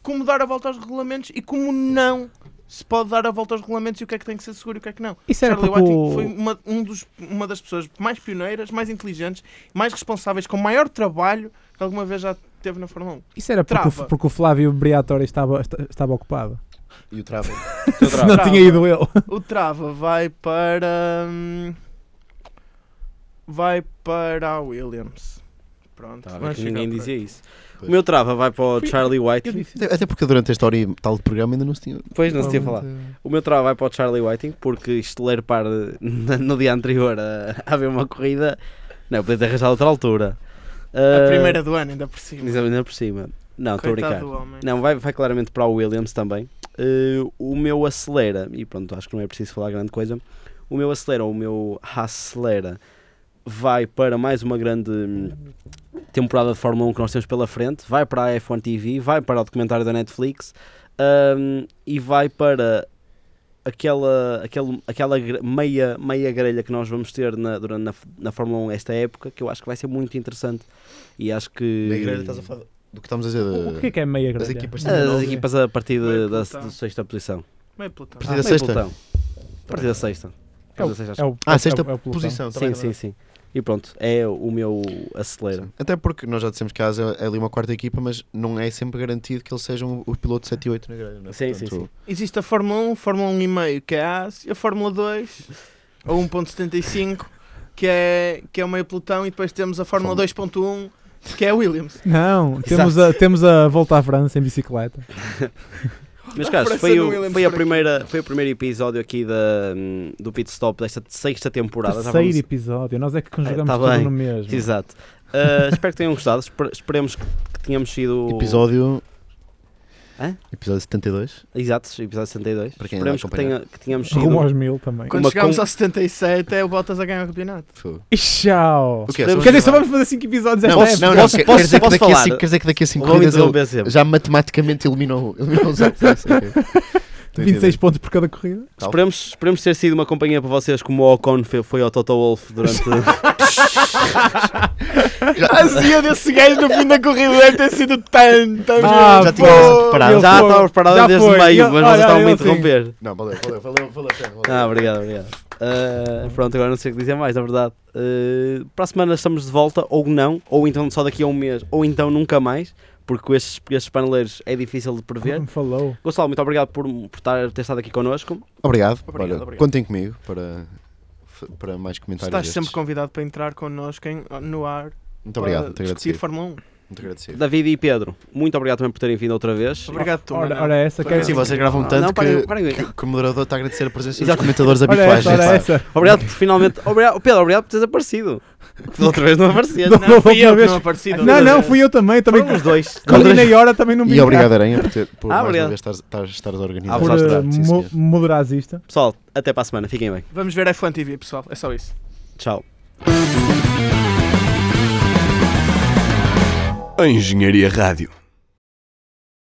como dar a volta aos regulamentos e como não se pode dar a volta aos regulamentos e o que é que tem que ser seguro e o que é que não.
Isso era
Charlie
porque
Watting
o...
foi uma, um dos- uma das pessoas mais pioneiras, mais inteligentes, mais responsáveis, com maior trabalho que alguma vez já teve na Fórmula 1.
Isso era porque,
Trava.
o, porque o Flávio Briatore estava, esta- estava ocupado.
E o Trava.
Se não
Trava.
tinha ido ele.
O Trava vai para. hum, vai para a Williams. Pronto.
Estava a ver
vamos
que
chegar
ninguém
por
dizia
aí.
isso.
Pois.
O meu trava vai para o Charlie Whiting.
Até- Até porque durante esta hora e tal de programa ainda não se tinha.
Depois não se tinha falado. O meu trava vai para o Charlie Whiting porque isto ler para *laughs* no dia anterior a, a haver uma corrida. Não, podia ter arranjado outra altura.
A
Ah,
primeira do ano, ainda por cima.
ainda por cima. Não, estou a brincar.
Coitado do homem.
Não, vai, vai claramente para o Williams também. Eh, o meu acelera, e pronto, acho que não é preciso falar grande coisa. O meu acelera, o meu acelera, vai para mais uma grande hum, temporada de Fórmula 1 que nós temos pela frente. Vai para a F1 TV, vai para o documentário da Netflix hum, e vai para aquela, aquele, aquela gre- meia, meia grelha que nós vamos ter na, durante, na, na Fórmula 1 esta época, que eu acho que vai ser muito interessante. E acho que.
Na igreja estás a falar do que estamos a dizer.
O
de-
o que é que é meia
das
grelha?
equipas
As
Nove.
equipas a partir de-
Meio
da,
pelotão.
da sexta posição. Ah,
Meio pelotão.
Partida
Meio
sexta.
pelotão. Partida sexta.
É o-
Partida sexta,
É o-
Ah,
é o- é
sexta
o pelotão.
posição.
acho.
também
Sim,
é
sim,
verdade.
sim. E pronto, é o meu acelera.
Até porque nós já dissemos que há é ali uma quarta equipa, mas não é sempre garantido que eles sejam o piloto 7 e 8 na grelha. não é?
Sim, sim, sim.
Existe a Fórmula 1, Fórmula 1,5 que é a AS, e a Fórmula um 2, ou 1.75, que é, que é o meio pelotão, e depois temos a Fórmula
Fórmula-
2.1, que é a Williams.
Não, temos a, temos a volta à França em bicicleta.
Meus
A
caros,
França
foi,
não
o-
ia lembrar
foi, a
aqui.
primeira, foi o primeiro episódio aqui da, hum, do Pit Stop desta sexta temporada. Já
Terceiro
vamos-
episódio, nós é que conjugamos
tá
tudo
bem.
no mesmo.
Exato. Ah, espero que tenham gostado. Espe- Esperemos que, que tenhamos sido.
Episódio.
Hã?
Episódio 72.
Exato, episódio 62.
Para quem
Esperemos que,
vai acompanhar.
tenha, que tenhamos sido.
Rumo aos mil também.
Quando
Uma
chegarmos
com-
ao 77, é o Bottas a ganhar o campeonato.
Fogo.
E tchau!
O que é?
Esperemos-
Quer dizer, só vamos fazer 5 episódios
Não,
esta época.
não, não,
Posso-
quer-
posso-
quer dizer que
posso
daqui a
falar?
cinco- Quer dizer que daqui a 5
Vou
corridas ele
interromper sempre.
já matematicamente eliminou, eliminou os outros. não
*laughs*
sei o quê. Estou a entender.
26 pontos por cada corrida.
Tal.
Esperemos, esperemos ter sido uma companhia para vocês como o Ocon fe- foi ao Toto Wolff durante.
*laughs*
A ansia desse gajo no fim da corrida deve ter sido tão, tão
Ah,
já
grande.
tinha
pô,
essa preparada.
ele
já
foi.
estava preparado
Já
desde
foi.
o meio,
Ele-
mas
olha, é
vocês estavam a
ele sim.
interromper.
Não, valeu, valeu, valeu, valeu a pena. valeu.
Ah, obrigado, obrigado. Ah, pronto, agora não sei o que dizer mais, na verdade. Ah, para a semana estamos de volta, ou não, ou então só daqui a um mês, ou então nunca mais, porque estes, estes paneleiros é difícil de prever.
*laughs* Como falou.
Gonçalo, muito obrigado por, por estar, ter estado aqui connosco.
Obrigado.
Obrigado,
Olha,
obrigado.
Contem comigo para, para mais comentários.
Estás
destes.
sempre convidado para entrar connosco em- no ar
Muito obrigado,
para
muito
discutir
agradecido.
Fórmula 1.
Muito agradecido.
David e Pedro, muito obrigado também por terem vindo outra vez.
Obrigado, tu.
Ora,
Manuel.
ora essa, quer
Sim, vocês gravam tanto
Não, parem-
que,
parem-
que- que o moderador está a agradecer a presença dos
Exato.
comentadores
Ora
habituais.
essa, ora
gente.
essa.
Obrigado por finalmente. Obrigado, Pedro, obrigado por teres aparecido. Da outra vez não apareceste.
Não,
Não, fui eu que
vez-
não apareci. da
Não,
outra
não,
vez.
fui eu também. também
Foram os dois.
Colina e hora também *laughs* não me
E obrigado, Aranha, por, ter, por
Ah,
mais
obrigado.
uma vez estares estar, estar
Ah,
organizado.
Por
Exato,
eh,
Sim, senhor.
mo- moderar isto.
Pessoal, até para a semana. Fiquem bem.
Vamos ver F1 TV, pessoal. É só isso.
Tchau.
A Engenharia Rádio